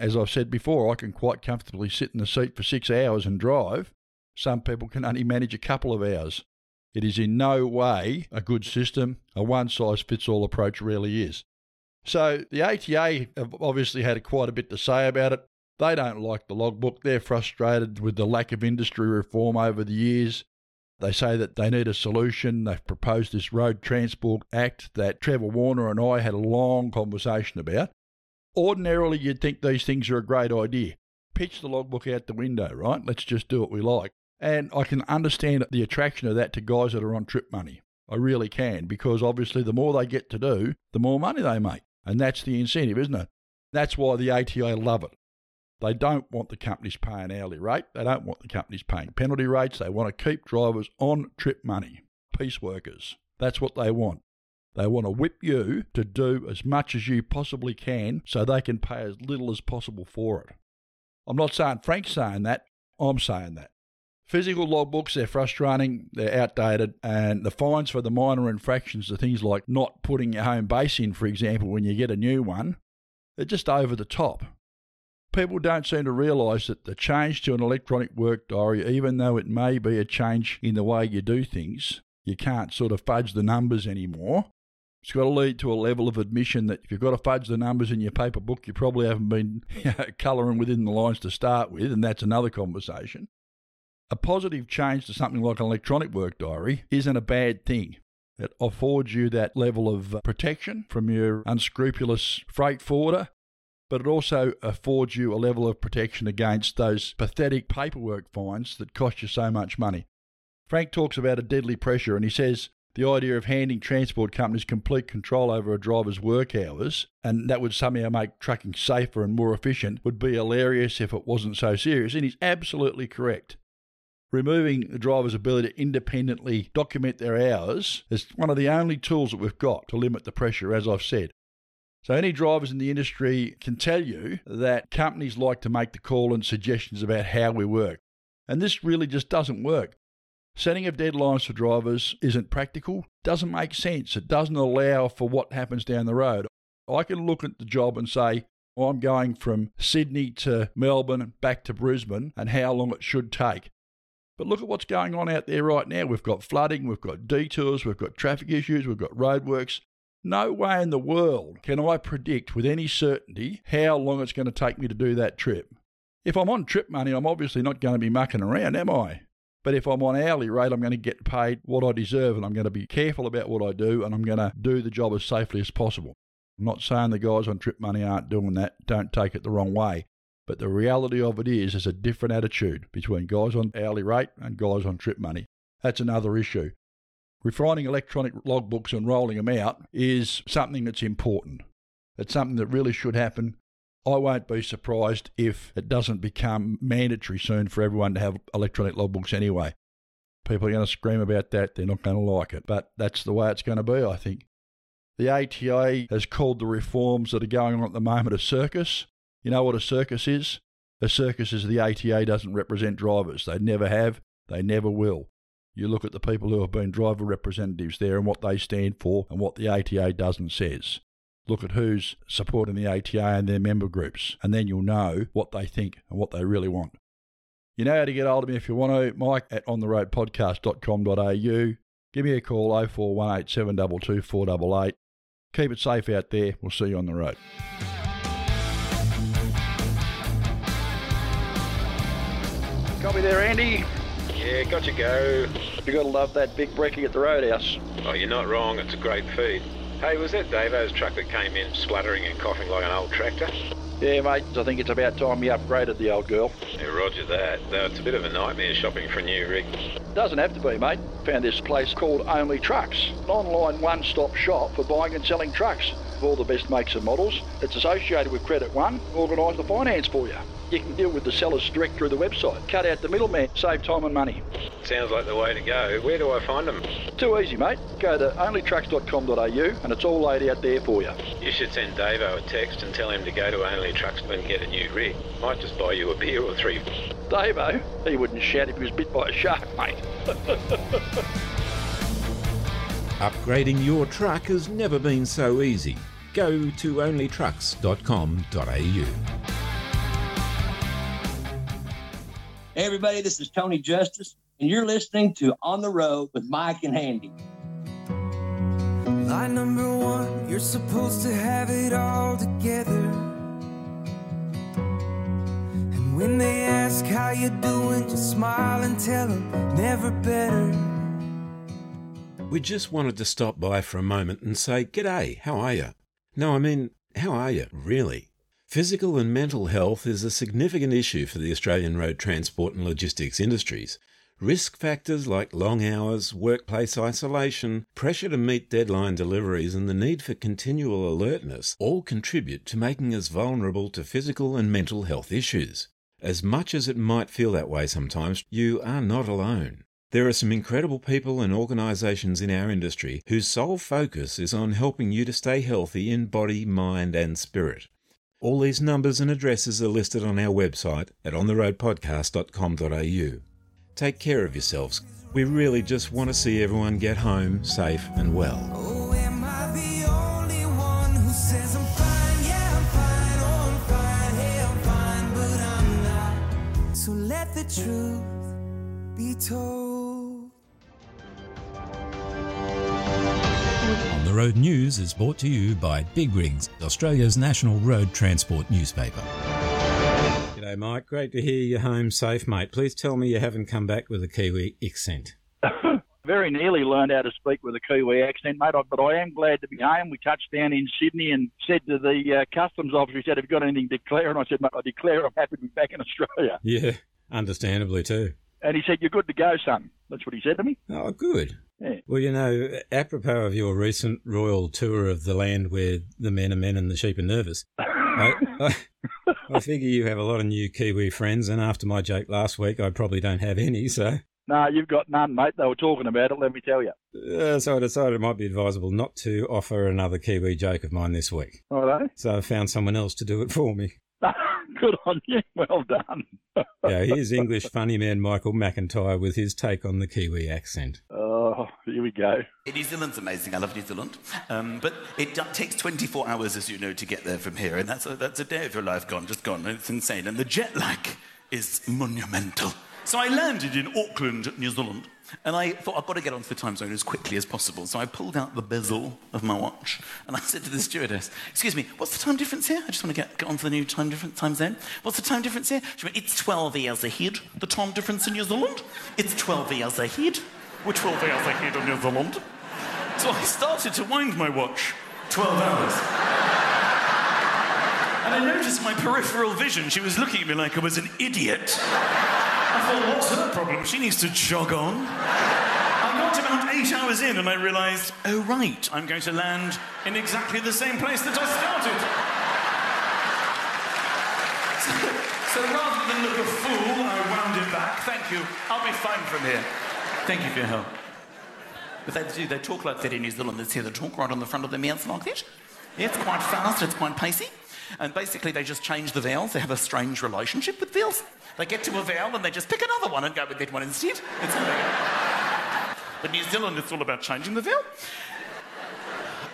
As I've said before, I can quite comfortably sit in the seat for six hours and drive. Some people can only manage a couple of hours. It is in no way a good system. A one size fits all approach really is. So the ATA have obviously had quite a bit to say about it. They don't like the logbook. They're frustrated with the lack of industry reform over the years. They say that they need a solution. They've proposed this Road Transport Act that Trevor Warner and I had a long conversation about. Ordinarily, you'd think these things are a great idea. Pitch the logbook out the window, right? Let's just do what we like. And I can understand the attraction of that to guys that are on trip money. I really can, because obviously the more they get to do, the more money they make. And that's the incentive, isn't it? That's why the ATA love it. They don't want the companies paying hourly rate. They don't want the companies paying penalty rates. They want to keep drivers on trip money, piece workers. That's what they want. They want to whip you to do as much as you possibly can so they can pay as little as possible for it. I'm not saying Frank's saying that, I'm saying that. Physical logbooks, they're frustrating, they're outdated, and the fines for the minor infractions are things like not putting your home base in, for example, when you get a new one. They're just over the top. People don't seem to realise that the change to an electronic work diary, even though it may be a change in the way you do things, you can't sort of fudge the numbers anymore. It's got to lead to a level of admission that if you've got to fudge the numbers in your paper book, you probably haven't been colouring within the lines to start with, and that's another conversation. A positive change to something like an electronic work diary isn't a bad thing. It affords you that level of uh, protection from your unscrupulous freight forwarder, but it also affords you a level of protection against those pathetic paperwork fines that cost you so much money. Frank talks about a deadly pressure and he says the idea of handing transport companies complete control over a driver's work hours, and that would somehow make trucking safer and more efficient, would be hilarious if it wasn't so serious. And he's absolutely correct. Removing the driver's ability to independently document their hours is one of the only tools that we've got to limit the pressure, as I've said. So, any drivers in the industry can tell you that companies like to make the call and suggestions about how we work. And this really just doesn't work. Setting of deadlines for drivers isn't practical, doesn't make sense. It doesn't allow for what happens down the road. I can look at the job and say, I'm going from Sydney to Melbourne and back to Brisbane and how long it should take. But look at what's going on out there right now. We've got flooding, we've got detours, we've got traffic issues, we've got roadworks. No way in the world can I predict with any certainty how long it's going to take me to do that trip. If I'm on trip money, I'm obviously not going to be mucking around, am I? But if I'm on hourly rate, I'm going to get paid what I deserve and I'm going to be careful about what I do and I'm going to do the job as safely as possible. I'm not saying the guys on trip money aren't doing that, don't take it the wrong way. But the reality of it is, there's a different attitude between guys on hourly rate and guys on trip money. That's another issue. Refining electronic logbooks and rolling them out is something that's important. It's something that really should happen. I won't be surprised if it doesn't become mandatory soon for everyone to have electronic logbooks anyway. People are going to scream about that. They're not going to like it, but that's the way it's going to be, I think. The ATA has called the reforms that are going on at the moment a circus. You know what a circus is? A circus is the ATA doesn't represent drivers. They never have, they never will. You look at the people who have been driver representatives there and what they stand for and what the ATA does and says. Look at who's supporting the ATA and their member groups, and then you'll know what they think and what they really want. You know how to get hold of me if you want to, Mike at ontheroadpodcast.com.au. Give me a call 0418 722 488. Keep it safe out there. We'll see you on the road.
Copy there, Andy.
Yeah, got to go.
You gotta love that big brekkie at the roadhouse.
Oh, you're not wrong. It's a great feed. Hey, was that Davo's truck that came in spluttering and coughing like an old tractor?
Yeah, mate, I think it's about time you upgraded the old girl.
Yeah, roger that. Though it's a bit of a nightmare shopping for a new rig.
Doesn't have to be, mate. Found this place called Only Trucks, an online one stop shop for buying and selling trucks of all the best makes and models. It's associated with Credit One, organise the finance for you. You can deal with the sellers direct through the website, cut out the middleman, save time and money.
Sounds like the way to go. Where do I find them?
Too easy, mate. Go to onlytrucks.com.au and it's all laid out there for you.
You should send Davo a text and tell him to go to Only Trucks and get a new rig. Might just buy you a beer or three.
Davo, he wouldn't shout if he was bit by a shark, mate.
Upgrading your truck has never been so easy. Go to onlytrucks.com.au.
Hey, everybody, this is Tony Justice, and you're listening to On the Road with Mike and Handy.
Line number one, you're supposed to have it all together. And when they ask how you're doing, just smile and tell 'em never better.
We just wanted to stop by for a moment and say, G'day, how are you? No, I mean, how are you, really? Physical and mental health is a significant issue for the Australian road transport and logistics industries. Risk factors like long hours, workplace isolation, pressure to meet deadline deliveries, and the need for continual alertness all contribute to making us vulnerable to physical and mental health issues. As much as it might feel that way sometimes, you are not alone. There are some incredible people and organisations in our industry whose sole focus is on helping you to stay healthy in body, mind, and spirit. All these numbers and addresses are listed on our website at ontheroadpodcast.com.au. Take care of yourselves. We really just want to see everyone get home safe and well.
Oh, am I the only one who says I'm fine? Yeah, I'm fine. Oh, I'm fine. Hey, I'm fine, but I'm not. So let the truth be told.
On the Road News is brought to you by Big Rigs, Australia's national road transport newspaper. G'day, Mike. Great to hear you're home safe, mate. Please tell me you haven't come back with a Kiwi accent.
Very nearly learned how to speak with a Kiwi accent, mate, I- but I am glad to be home. We touched down in Sydney and said to the uh, customs officer, he said, Have you got anything to declare? And I said, Mate, I declare I'm happy to be back in Australia.
Yeah, understandably too.
And he said, You're good to go, son. That's what he said to me.
Oh, good. Well, you know, apropos of your recent royal tour of the land where the men are men and the sheep are nervous, I, I, I figure you have a lot of new Kiwi friends, and after my joke last week, I probably don't have any, so.
No, you've got none, mate. They were talking about it, let me tell you.
Uh, so I decided it might be advisable not to offer another Kiwi joke of mine this week.
All right.
So I found someone else to do it for me.
Good on you. Well done.
Yeah, here's English funny man Michael McIntyre with his take on the Kiwi accent.
Oh, here we go.
New Zealand's amazing. I love New Zealand. Um, but it do- takes 24 hours, as you know, to get there from here. And that's a, that's a day of your life gone, just gone. It's insane. And the jet lag is monumental. So I landed in Auckland, New Zealand. And I thought, I've got to get onto the time zone as quickly as possible. So I pulled out the bezel of my watch. And I said to the stewardess, Excuse me, what's the time difference here? I just want to get, get onto the new time, different time zone. What's the time difference here? She went, It's 12 hours ahead, the time difference in New Zealand. It's 12 hours ahead. We're 12 hours ahead of New Zealand. So I started to wind my watch. 12 hours. And I noticed my peripheral vision. She was looking at me like I was an idiot. I thought, what's her problem? She needs to jog on. I got about eight hours in and I realised, oh, right, I'm going to land in exactly the same place that I started. So, so rather than look a fool, I wound it back. Thank you. I'll be fine from here. Thank you for your help. But they do, they talk like that in New Zealand. They say they talk right on the front of their mouths like that. Yeah, it's quite fast, it's quite pacey. And basically, they just change the vowels. They have a strange relationship with vowels. They get to a vowel and they just pick another one and go with that one instead. It's but New Zealand, it's all about changing the vowel.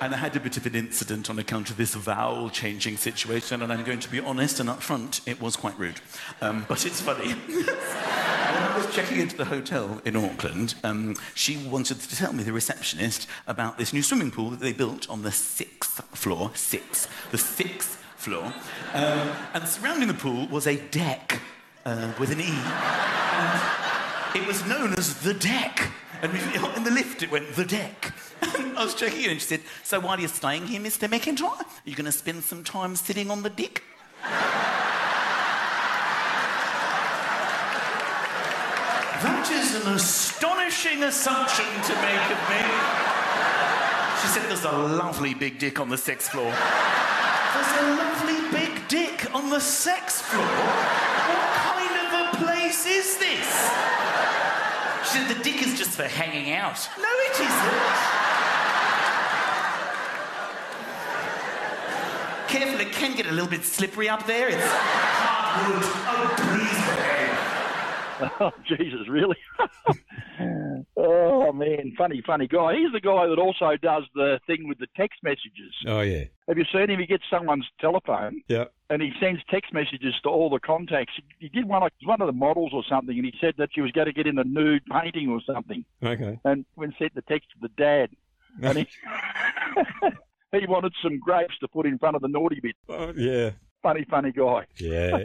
And I had a bit of an incident on account of this vowel changing situation, and I'm going to be honest and upfront, it was quite rude. Um, but it's funny. when I was checking into the hotel in Auckland, um, she wanted to tell me, the receptionist, about this new swimming pool that they built on the sixth floor. Six. The sixth floor. Um, and surrounding the pool was a deck uh, with an E. And it was known as the deck. And we- in the lift, it went, the deck. And I was checking in, and she said, So while you're staying here, Mr. McIntyre, are you going to spend some time sitting on the deck? That is an astonishing assumption to make of me. She said there's a lovely big dick on the sixth floor. There's a lovely big dick on the sex floor? What kind of a place is this? She said the dick is just for hanging out. No, it isn't. Careful, it can get a little bit slippery up there. It's hardwood. Oh, please, babe.
Oh, Jesus, really? oh, man. Funny, funny guy. He's the guy that also does the thing with the text messages.
Oh, yeah.
Have you seen him? He gets someone's telephone
Yeah.
and he sends text messages to all the contacts. He did one, like, one of the models or something, and he said that she was going to get in a nude painting or something
Okay.
and when sent the text to the dad. And he, he wanted some grapes to put in front of the naughty bit.
Oh, yeah.
Funny, funny guy.
Yeah.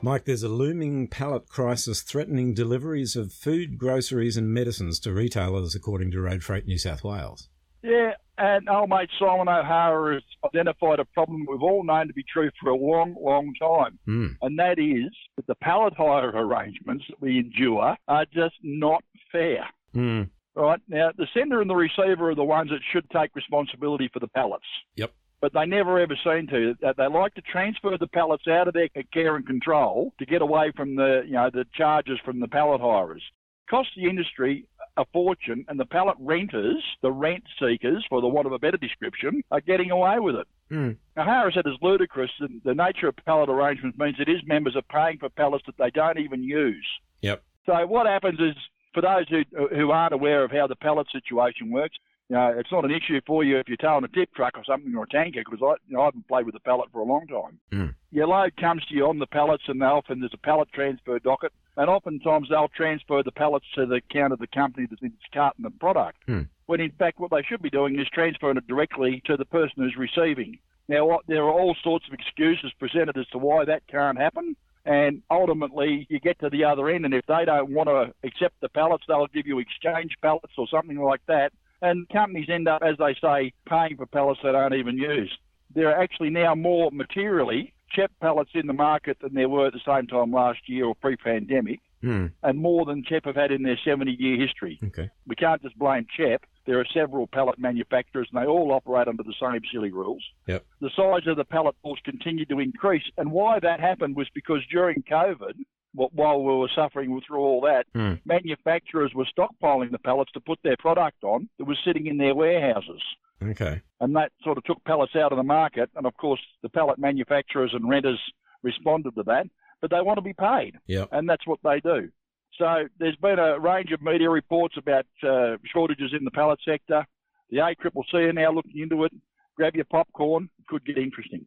Mike, there's a looming pallet crisis threatening deliveries of food, groceries, and medicines to retailers, according to Road Freight New South Wales.
Yeah, and old mate Simon O'Hara has identified a problem we've all known to be true for a long, long time,
Hmm.
and that is that the pallet hire arrangements that we endure are just not fair.
Hmm.
Right now, the sender and the receiver are the ones that should take responsibility for the pallets.
Yep.
But they never ever seem to. They- They like to transfer the pallets out of their care and control to get away from the, you know, the charges from the pallet hirers. Cost the industry a fortune, and the pallet renters, the rent seekers, for the want of a better description, are getting away with it. Now, Harris said it's ludicrous. that The nature of pallet arrangements means that his members are paying for pallets that they don't even use.
Yep.
So what happens is, for those who who aren't aware of how the pallet situation works, you know, it's not an issue for you if you're towing a tip truck or something or a tanker, because I, you know, I haven't played with a pallet for a long time. Your load comes to you on the pallets, and they often there's a pallet transfer docket, and oftentimes they'll transfer the pallets to the account of the company that's carting the product when in fact what they should be doing is transferring it directly to the person who's receiving. Now, what- there are all sorts of excuses presented as to why that can't happen, and ultimately you get to the other end, and if they don't want to accept the pallets, they'll give you exchange pallets or something like that, and companies end up, as they say, paying for pallets they don't even use. There are actually now more materially cheap pallets in the market than there were at the same time last year or pre-pandemic.
Hmm.
and more than CHEP have had in their 70 year history.
Okay.
We can't just blame CHEP. There are several pellet manufacturers and they all operate under the same silly rules.
Yep.
The size of the pellet pools continued to increase. And why that happened was because during COVID, wh- while we were suffering through all that,
Hmm.
manufacturers were stockpiling the pellets to put their product on that was sitting in their warehouses.
Okay.
And that sort of took pellets out of the market. And of course, the pellet manufacturers and renters responded to that, but they want to be paid.
Yep.
And that's what they do. So there's been a range of media reports about uh, shortages in the pellet sector. The ACCC are now looking into it. Grab your popcorn. It could get interesting.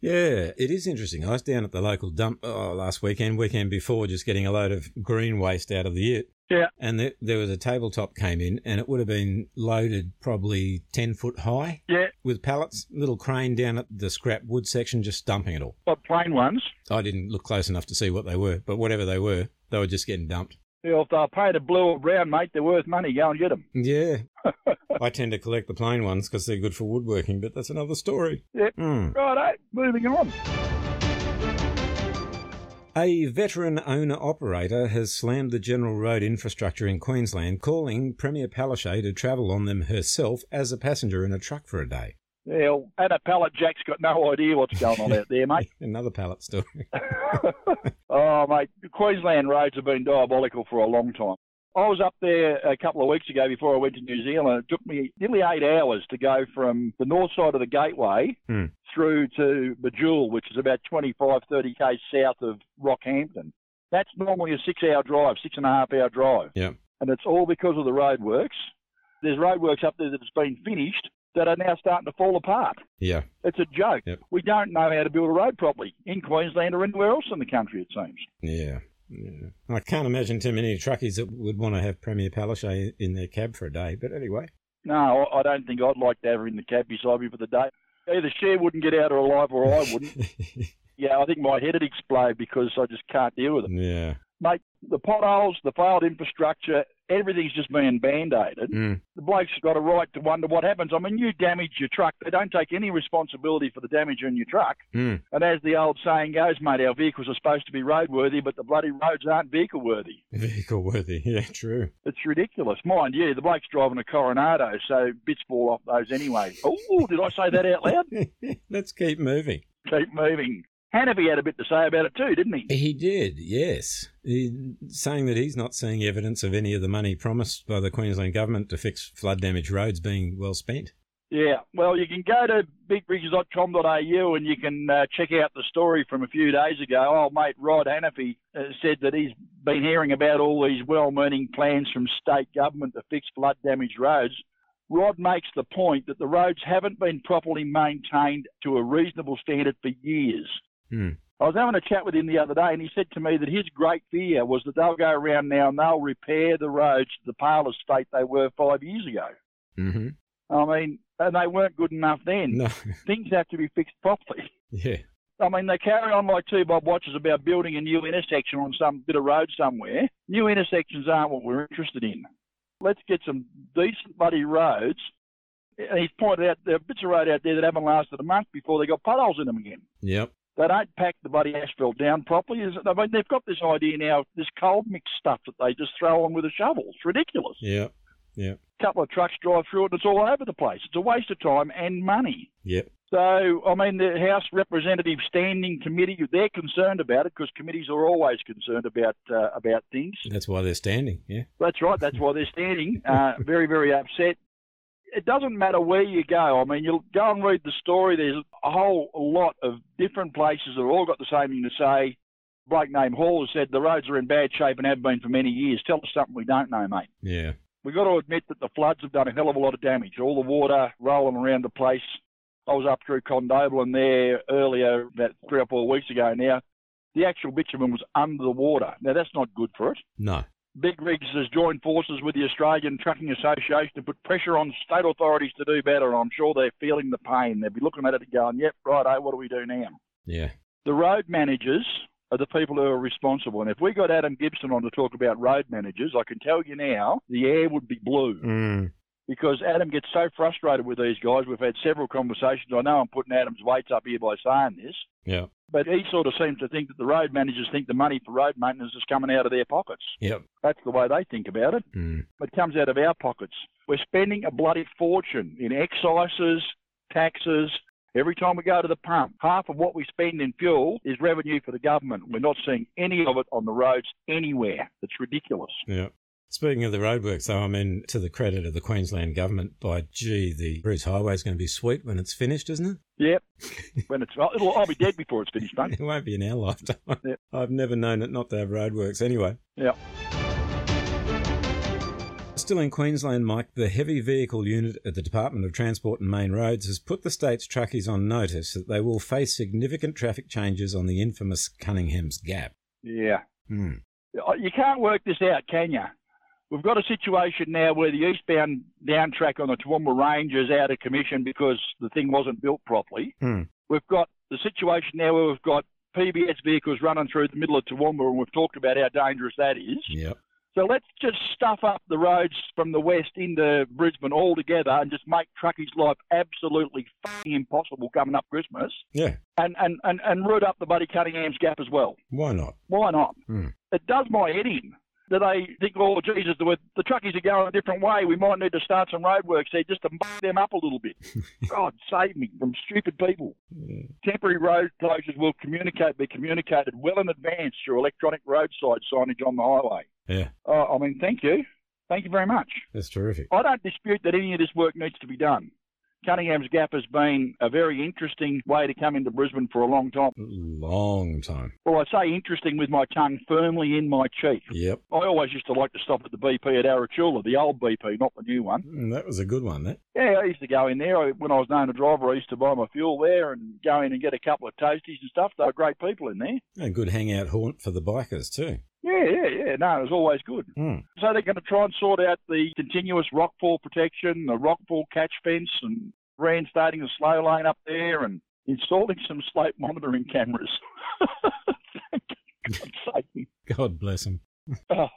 Yeah, it is interesting. I was down at the local dump oh, last weekend, weekend before, just getting a load of green waste out of the it.
Yeah.
And there, there was a tabletop came in, and it would have been loaded probably 10 foot high.
Yeah.
With pallets. Little crane down at the scrap wood section, just dumping it all.
But plain ones,
I didn't look close enough to see what they were, but whatever they were, they were just getting dumped.
you know, if they're painted blue or brown, mate, they're worth money. Go and get them.
Yeah. I tend to collect the plain ones because they're good for woodworking, but that's another story.
Yep.
Hmm.
Righto, moving on.
A veteran owner operator has slammed the general road infrastructure in Queensland, calling Premier Palaszczuk to travel on them herself as a passenger in a truck for a day.
Yeah, and a pallet jack's got no idea what's going on out there, mate.
Another pallet story.
Oh, mate, the Queensland roads have been diabolical for a long time. I was up there a couple of weeks ago before I went to New Zealand. It took me nearly eight hours to go from the north side of the Gateway
Hmm.
through to Bajul, which is about 25, 30 k south of Rockhampton. That's normally a six-hour drive, six and a half hour drive,
Yeah.
and it's all because of the roadworks. There's roadworks up there that's been finished that are now starting to fall apart.
Yeah.
It's a joke.
Yep.
We don't know how to build a road properly in Queensland or anywhere else in the country, it seems.
Yeah. yeah. I can't imagine too many truckies that would want to have Premier Palaszczuk in their cab for a day, but anyway.
No, I I don't think I'd like to have her in the cab beside me for the day. Either she wouldn't get out alive or I wouldn't. yeah, I think my head'd explode because I just can't deal with it.
Yeah.
Mate, the potholes, the failed infrastructure, everything's just being band-aided.
Mm.
The bloke's got a right to wonder what happens. I mean, you damage your truck. They don't take any responsibility for the damage in your truck.
Mm.
And as the old saying goes, mate, our vehicles are supposed to be roadworthy, but the bloody roads aren't vehicle-worthy.
Vehicle worthy. Yeah, true.
It's ridiculous. Mind you, the bloke's driving a Coronado, so bits fall off those anyway. Oh, did I say that out loud?
Let's keep moving.
Keep moving. Hannafy had a bit to say about it too, didn't he?
He did, yes. He, saying that he's not seeing evidence of any of the money promised by the Queensland government to fix flood damaged roads being well spent.
Yeah. Well, you can go to bigbridges.com.au and you can uh, check out the story from a few days ago. Oh, mate, Rod Hannafy uh, said that he's been hearing about all these well-meaning plans from state government to fix flood-damaged roads. Rod makes the point that the roads haven't been properly maintained to a reasonable standard for years.
Hmm.
I was having a chat with him the other day, and he said to me that his great fear was that they'll go around now and they'll repair the roads to the parlour state they were five years ago.
Mm-hmm.
I mean, and they weren't good enough then.
No.
Things have to be fixed properly.
Yeah.
I mean, they carry on like two bob watches about building a new intersection on some bit of road somewhere. New intersections aren't what we're interested in. Let's get some decent bloody roads. And he's pointed out there are bits of road out there that haven't lasted a month before they got potholes in them again.
Yep.
They don't pack the bloody asphalt down properly. Is it- I mean, they've got this idea now, this cold mix stuff that they just throw on with a shovel. It's ridiculous.
Yep. Yep.
A couple of trucks drive through it and it's all over the place. It's a waste of time and money.
Yep.
So, I mean, the House Representative Standing Committee, they're concerned about it because committees are always concerned about uh, about things.
That's why they're standing. Yeah.
That's right. That's why they're standing. Uh, very, very upset. It doesn't matter where you go. I mean, you'll go and read the story. There's a whole lot of different places that have all got the same thing to say. Bloke named Hall has said the roads are in bad shape and have been for many years. Tell us something we don't know, mate.
Yeah.
We've got to admit that the floods have done a hell of a lot of damage. All the water rolling around the place. I was up through Condobolin there earlier, about three or four weeks ago now. The actual bitumen was under the water. Now, that's not good for it.
No.
Big Rigs has joined forces with the Australian Trucking Association to put pressure on state authorities to do better. I'm sure they're feeling the pain. They'll be looking at it and going, yep, righto, what do we do now?
Yeah.
The road managers are the people who are responsible. And if we got Adam Gibson on to talk about road managers, I can tell you now the air would be blue.
Mm.
because Adam gets so frustrated with these guys. We've had several conversations. I know I'm putting Adam's weights up here by saying this,
Yeah.
but he sort of seems to think that the road managers think the money for road maintenance is coming out of their pockets.
Yep.
That's the way they think about it.
Mm.
It comes out of our pockets. We're spending a bloody fortune in excises, taxes. Every time we go to the pump, half of what we spend in fuel is revenue for the government. We're not seeing any of it on the roads anywhere. It's ridiculous.
Yeah. Speaking of the roadworks, though, I mean, to the credit of the Queensland government, by gee, the Bruce Highway's going to be sweet when it's finished, isn't it?
Yep. when it's, it'll, I'll be dead before it's finished, mate.
It won't be in our lifetime. I've never known it not to have roadworks anyway.
Yeah.
Still in Queensland, Mike, the heavy vehicle unit at the Department of Transport and Main Roads has put the state's truckies on notice that they will face significant traffic changes on the infamous Cunningham's Gap.
Yeah.
Hmm.
Uh, You can't work this out, can you? We've got a situation now where the eastbound down track on the Toowoomba Range is out of commission because the thing wasn't built properly. We've got the situation now where we've got PBS vehicles running through the middle of Toowoomba, and we've talked about how dangerous that is.
Yep.
So let's just stuff up the roads from the west into Brisbane altogether and just make truckies' life absolutely fucking impossible coming up Christmas,
Yeah.
and and and, and root up the Buddy Cunningham's Gap as well.
Why not?
Why not?
Hmm.
It does my head in that they think, oh, Jesus, the, the truckies are going a different way. We might need to start some roadworks there just to buck them up a little bit. God, save me from stupid people. Temporary road closures will communicate be communicated well in advance through electronic roadside signage on the highway.
Yeah.
Uh, I mean, thank you. Thank you very much.
That's terrific.
I don't dispute that any of this work needs to be done. Cunningham's Gap has been a very interesting way to come into Brisbane for a long time.
Long time.
Well, I say interesting with my tongue firmly in my cheek.
Yep.
I always used to like to stop at the BP at Arachula, the old BP, not the new one.
Mm, That was a good one, that.
Yeah, I used to go in there. I, when I was known a driver, I used to buy my fuel there and go in and get a couple of toasties and stuff. They were great people in there.
And good hangout haunt for the bikers, too.
Yeah, yeah, yeah. No, it was always good.
Hmm.
So they're going to try and sort out the continuous rockfall protection, the rockfall catch fence, and reinstating the slow lane up there and installing some slope monitoring cameras. God's sake.
God bless them.
Oh,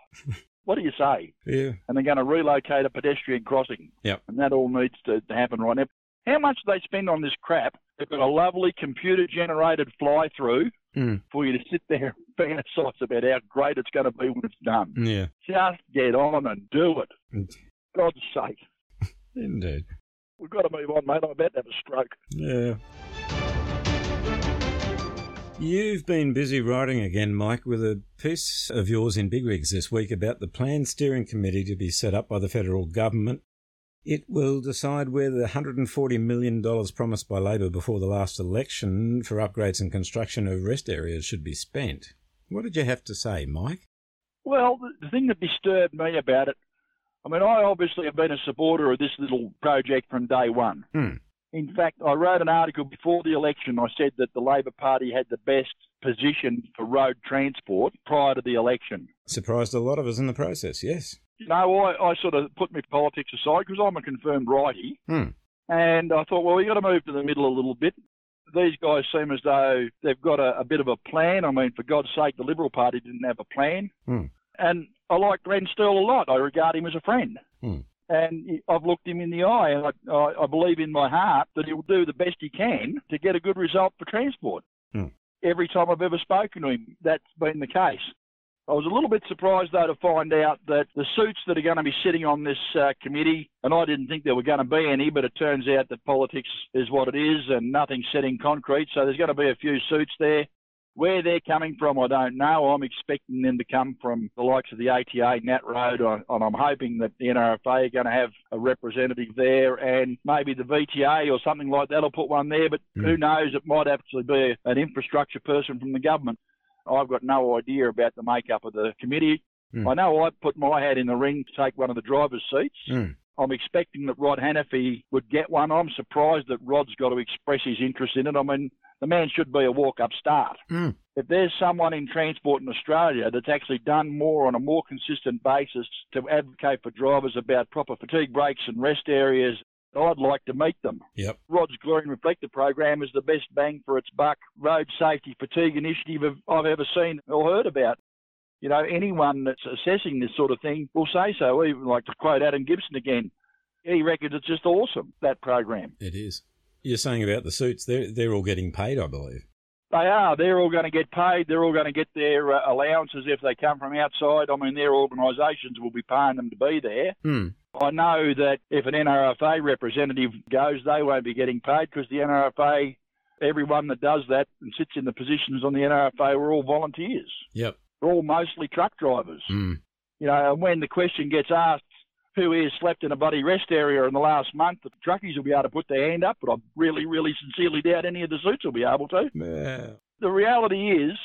what do you say?
Yeah.
and they're going to relocate a pedestrian crossing.
Yep.
And that all needs to to happen right now. How much do they spend on this crap? They've got a lovely computer generated fly through
Mm.
for you to sit there and fantasize about how great it's going to be when it's done.
Yeah.
Just get on and do it. God's sake.
Indeed.
We've got to move on, mate. I'm about to have a stroke.
Yeah. You've been busy writing again, Mike, with a piece of yours in Big Rigs this week about the planned steering committee to be set up by the federal government. It will decide whether the $140 million promised by Labor before the last election for upgrades and construction of rest areas should be spent. What did you have to say, Mike?
Well, the- the thing that disturbed me about it, I mean, I obviously have been a supporter of this little project from day one.
Hmm.
In fact, I wrote an article before the election. I said that the Labor Party had the best position for road transport prior to the election.
Surprised a lot of us in the process, yes.
You know, I, I sort of put my politics aside because I'm a confirmed righty,
Hmm.
and I thought, well, we've got to move to the middle a little bit. These guys seem as though they've got a, a bit of a plan. I mean, for God's sake, the Liberal Party didn't have a plan.
Hmm.
And I like Glenn Stirl a lot. I regard him as a friend.
Hmm.
and I've looked him in the eye, and I, I, I believe in my heart that he'll do the best he can to get a good result for transport.
Hmm.
Every time I've ever spoken to him, that's been the case. I was a little bit surprised, though, to find out that the suits that are going to be sitting on this uh, committee, and I didn't think there were going to be any, but it turns out that politics is what it is and nothing's set in concrete, so there's going to be a few suits there. Where they're coming from, I don't know. I'm expecting them to come from the likes of the ATA, NatRoad, and and I'm hoping that the NRFA are going to have a representative there, and maybe the VTA or something like that will put one there. But who knows? It might actually be an infrastructure person from the government. Oh, I've got no idea about the makeup of the committee.
Hmm.
I know I put my hat in the ring to take one of the driver's seats.
Mm.
I'm expecting that Rod Hanafy would get one. I'm surprised that Rod's got to express his interest in it. I mean, the man should be a walk-up start. If there's someone in transport in Australia that's actually done more on a more consistent basis to advocate for drivers about proper fatigue breaks and rest areas, I'd like to meet them.
Yep.
Rod's Glory and Reflector program is the best bang for its buck road safety fatigue initiative I've- I've ever seen or heard about. You know, anyone that's assessing this sort of thing will say so. Even like to quote Adam Gibson again, He reckons it's just awesome, that program.
It is. You're saying about the suits, they're, they're all getting paid, I believe.
They are. They're all going to get paid. They're all going to get their uh, allowances if they come from outside. I mean, their organisations will be paying them to be there.
Hmm.
I know that if an NRFA representative goes, they won't be getting paid because the NRFA, everyone that does that and sits in the positions on the NRFA, we're all volunteers.
Yep.
We're all mostly truck drivers.
Hmm.
You know, and when the question gets asked, who here slept in a bloody rest area in the last month, the truckies will be able to put their hand up, but I really, really sincerely doubt any of the suits will be able to. The reality is,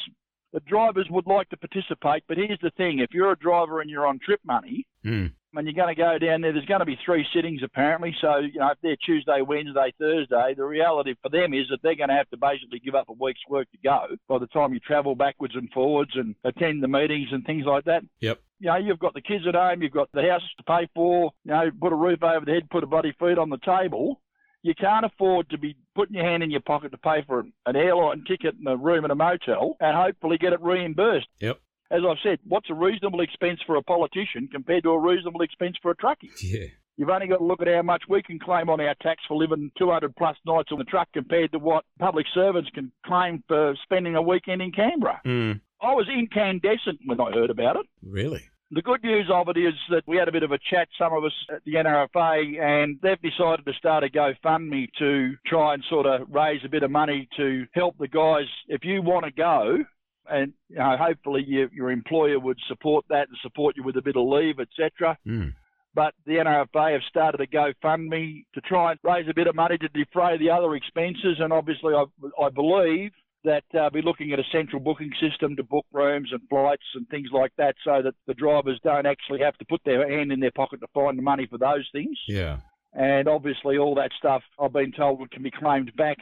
the drivers would like to participate, but here's the thing if you're a driver and you're on trip money,
Mm.
and you're going to go down there. There's going to be three sittings apparently. So you know, if they're Tuesday, Wednesday, Thursday, the reality for them is that they're going to have to basically give up a week's work to go. By the time you travel backwards and forwards and attend the meetings and things like that,
Yep.
you know, you've got the kids at home, you've got the house to pay for, you know, put a roof over the head, put a bloody food on the table. You can't afford to be putting your hand in your pocket to pay for an airline ticket and a room in a motel and hopefully get it reimbursed.
Yep.
As I've said, what's a reasonable expense for a politician compared to a reasonable expense for a truckie?
Yeah.
You've only got to look at how much we can claim on our tax for living 200 plus nights on the truck compared to what public servants can claim for spending a weekend in Canberra.
Mm.
I was incandescent when I heard about it.
Really?
The good news of it is that we had a bit of a chat, some of us at the NRFA, and they've decided to start a GoFundMe to try and sort of raise a bit of money to help the guys. If you want to go, and you know, hopefully your, your employer would support that and support you with a bit of leave, etc.
Mm.
But the NRFA have started a GoFundMe to try and raise a bit of money to defray the other expenses, and obviously I, I believe that uh, be looking at a central booking system to book rooms and flights and things like that, so that the drivers don't actually have to put their hand in their pocket to find the money for those things.
Yeah.
And obviously, all that stuff I've been told can be claimed back,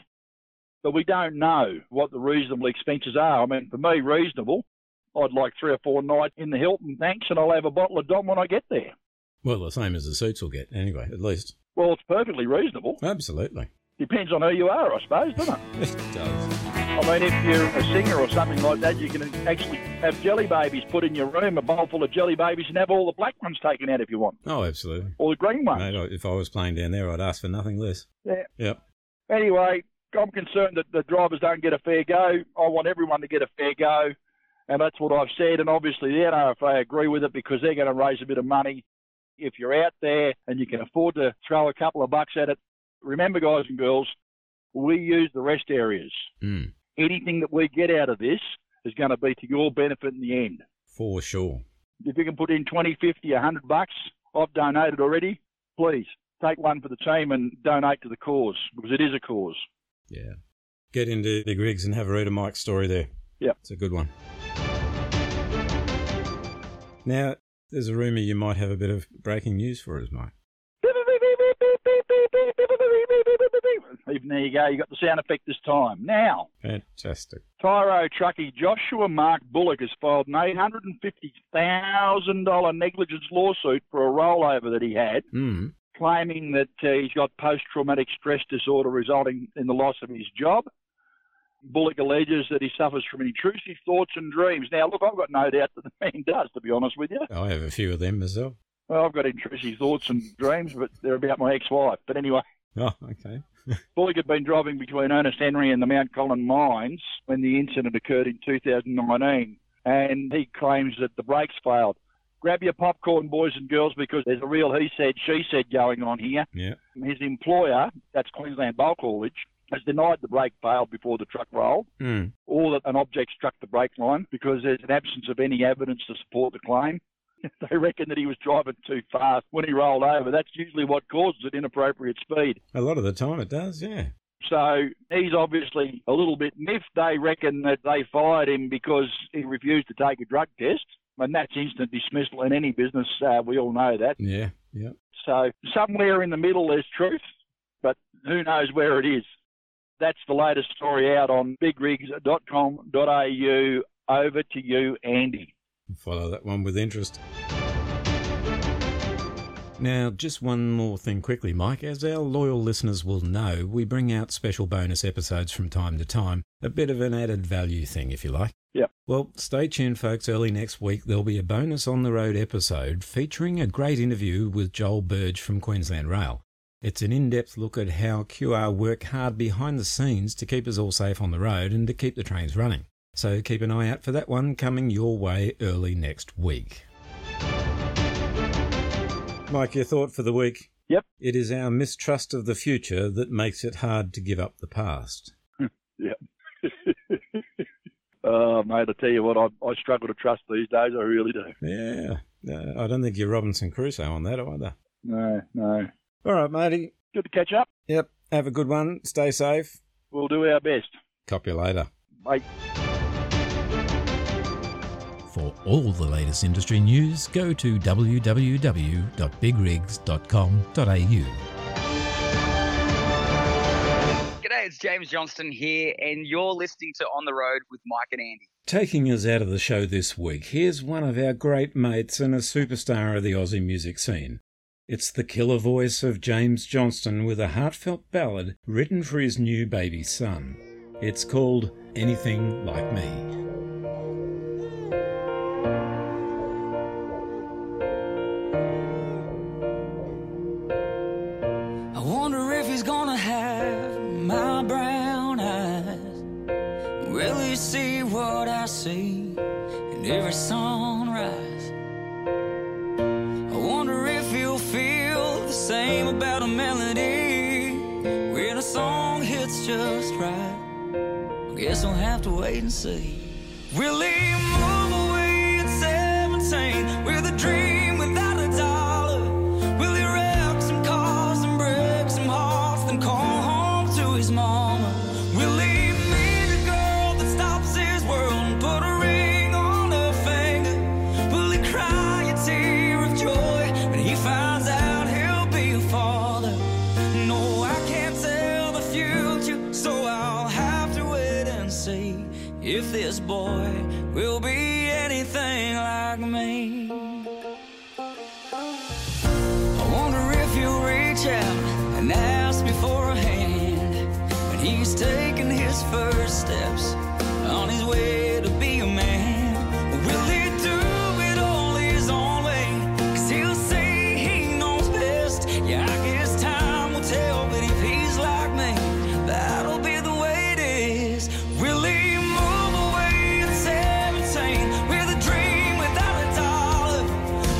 but we don't know what the reasonable expenses are. I mean, for me, reasonable, I'd like three or four nights in the Hilton, thanks, and I'll have a bottle of Dom when I get there.
Well, the same as the suits will get, anyway, at least.
Well, it's perfectly reasonable.
Absolutely.
Depends on who you are, I suppose, doesn't it?
it does.
I mean, if you're a singer or something like that, you can actually have jelly babies put in your room, a bowl full of jelly babies, and have all the black ones taken out if you want,
Oh, absolutely.
or the green ones.
Mate, I- if I was playing down there, I'd ask for nothing less.
Yeah.
Yep.
Anyway, I'm concerned that the drivers don't get a fair go. I want everyone to get a fair go, and that's what I've said. And obviously, the NRFA agree with it because they're going to raise a bit of money. If you're out there and you can afford to throw a couple of bucks at it, remember, guys and girls, we use the rest areas.
Mm.
Anything that we get out of this is going to be to your benefit in the end.
For sure.
If you can put in 20, 50, 100 bucks, I've donated already. Please take one for the team and donate to the cause because it is a cause.
Yeah. Get into the Griggs and have a read of Mike's story there.
Yep.
It's a good one. Now, there's a rumour you might have a bit of breaking news for us, Mike.
Even there you go, you got the sound effect this time. Now,
Fantastic.
Tyro truckie Joshua Mark Bullock has filed an $850,000 negligence lawsuit for a rollover that he had,
Hmm.
claiming that uh, he's got post traumatic stress disorder resulting in the loss of his job. Bullock alleges that he suffers from intrusive thoughts and dreams. Now, look, I've got no doubt that the man does, to be honest with you.
I have a few of them myself.
Well, I've got intrusive thoughts and dreams, but they're about my ex wife. But anyway.
Oh, okay.
Bullock had been driving between Ernest Henry and the Mount Colin mines when the incident occurred in 2019, and he claims that the brakes failed. Grab your popcorn, boys and girls, because there's a real he said, she said going on here.
Yeah.
His employer, that's Queensland Bulk Haulage, has denied the brake failed before the truck rolled
Hmm.
or that an object struck the brake line because there's an absence of any evidence to support the claim. They reckon that he was driving too fast when he rolled over. That's usually what causes it inappropriate speed.
A lot of the time it does, yeah.
So he's obviously a little bit miffed. They reckon that they fired him because he refused to take a drug test, and that's instant dismissal in any business. Uh, we all know that.
Yeah. Yeah.
So somewhere in the middle, there's truth, but who knows where it is. That's the latest story out on bigrigs.com.au. Over to you, Andy.
Follow that one with interest. Now, just one more thing quickly, Mike. As our loyal listeners will know, we bring out special bonus episodes from time to time, a bit of an added value thing, if you like.
Yep.
Well, stay tuned, folks. Early next week, there'll be a bonus on the road episode featuring a great interview with Joel Burge from Queensland Rail. It's an in depth look at how QR work hard behind the scenes to keep us all safe on the road and to keep the trains running. So keep an eye out for that one coming your way early next week. Mike, your thought for the week?
Yep.
It is our mistrust of the future that makes it hard to give up the past.
Yeah. oh, mate, I tell you what, I, I struggle to trust these days. I really do.
Yeah. Uh, I don't think you're Robinson Crusoe on that either.
No, no.
All right, matey.
Good to catch up.
Yep. Have a good one. Stay safe.
We'll do our best.
Cop you later.
Bye.
For all the latest industry news, go to www.bigrigs.com.au.
G'day, it's James Johnston here, and you're listening to On the Road with Mike and Andy.
Taking us out of the show this week, here's one of our great mates and a superstar of the Aussie music scene. It's the killer voice of James Johnston with a heartfelt ballad written for his new baby son. It's called Anything Like Me.
I wonder if he's gonna have my brown eyes. Really see what I see in every sunrise. I wonder if he'll feel the same about a melody when a song hits just right. I guess I'll have to wait and see. Will he move away at 17 with a dream without a dollar? Will he wreck some cars and break some hearts, then call home to his mama? Will he meet a girl that stops his world and put a ring on her finger? Will he cry a tear of joy when he finds out he'll be a father? No, I can't tell the future, so I'll have to wait and see if this boy will be anything like me. I wonder if he'll reach out and ask me for a hand when he's taking his first steps on his way to be a man. Will he do it all his own way? Cause he'll say he knows best. Yeah, I guess time will tell, but if he's like me, that'll be the way it is. Will he move away at 17 with a dream without a dollar?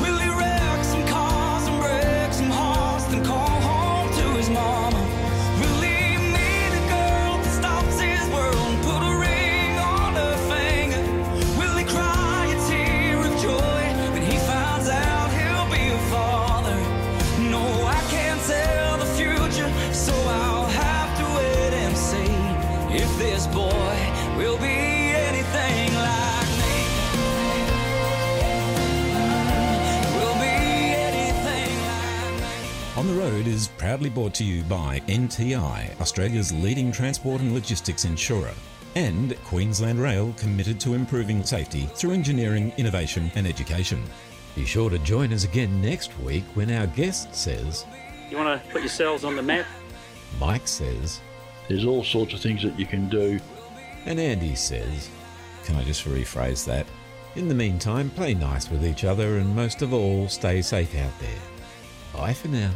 Will he wreck some cars and break some hearts, then call home to his mama? Will he meet a girl that stops his world and put a ring on her finger? Will he cry a tear of joy when he finds out he'll be a father? No, I can't tell the future, so I'll have to wait and see if this boy will be anything like me. Will be anything
On the Road is proudly brought to you by NTI, Australia's leading transport and logistics insurer, and Queensland Rail, committed to improving safety through engineering, innovation, and education. Be sure to join us again next week when our guest says,
You want to put yourselves on the map?
Mike says,
There's all sorts of things that you can do.
And Andy says, Can I just rephrase that? In the meantime, play nice with each other and most of all, stay safe out there. Bye for now.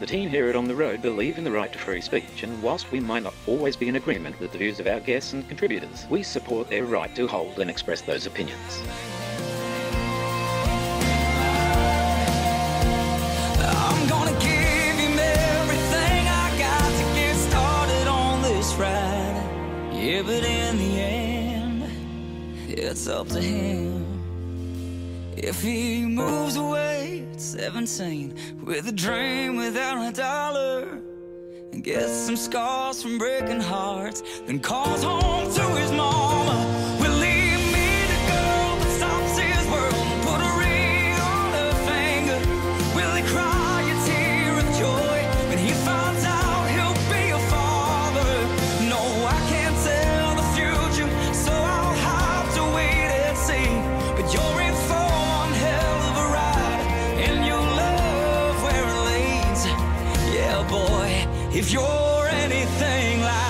The team here at On the Road believe in the right to free speech, and whilst we might not always be in agreement with the views of our guests and contributors, we support their right to hold and express those opinions.
I'm gonna give him everything I got to get started on this ride. Yeah, but in the end, it's up to him. If he moves away at 17 with a dream without a dollar and gets some scars from breaking hearts, then calls home to his mama. Will he meet a girl that stops his world and put a ring on her finger? Will he cry a tear of joy when he finds out he'll be a father? No, I can't tell the future, so I'll have to wait and see. But you're in for one hell of a ride, and you'll love where it leads. Yeah, boy, if you're anything like Oh, Mm,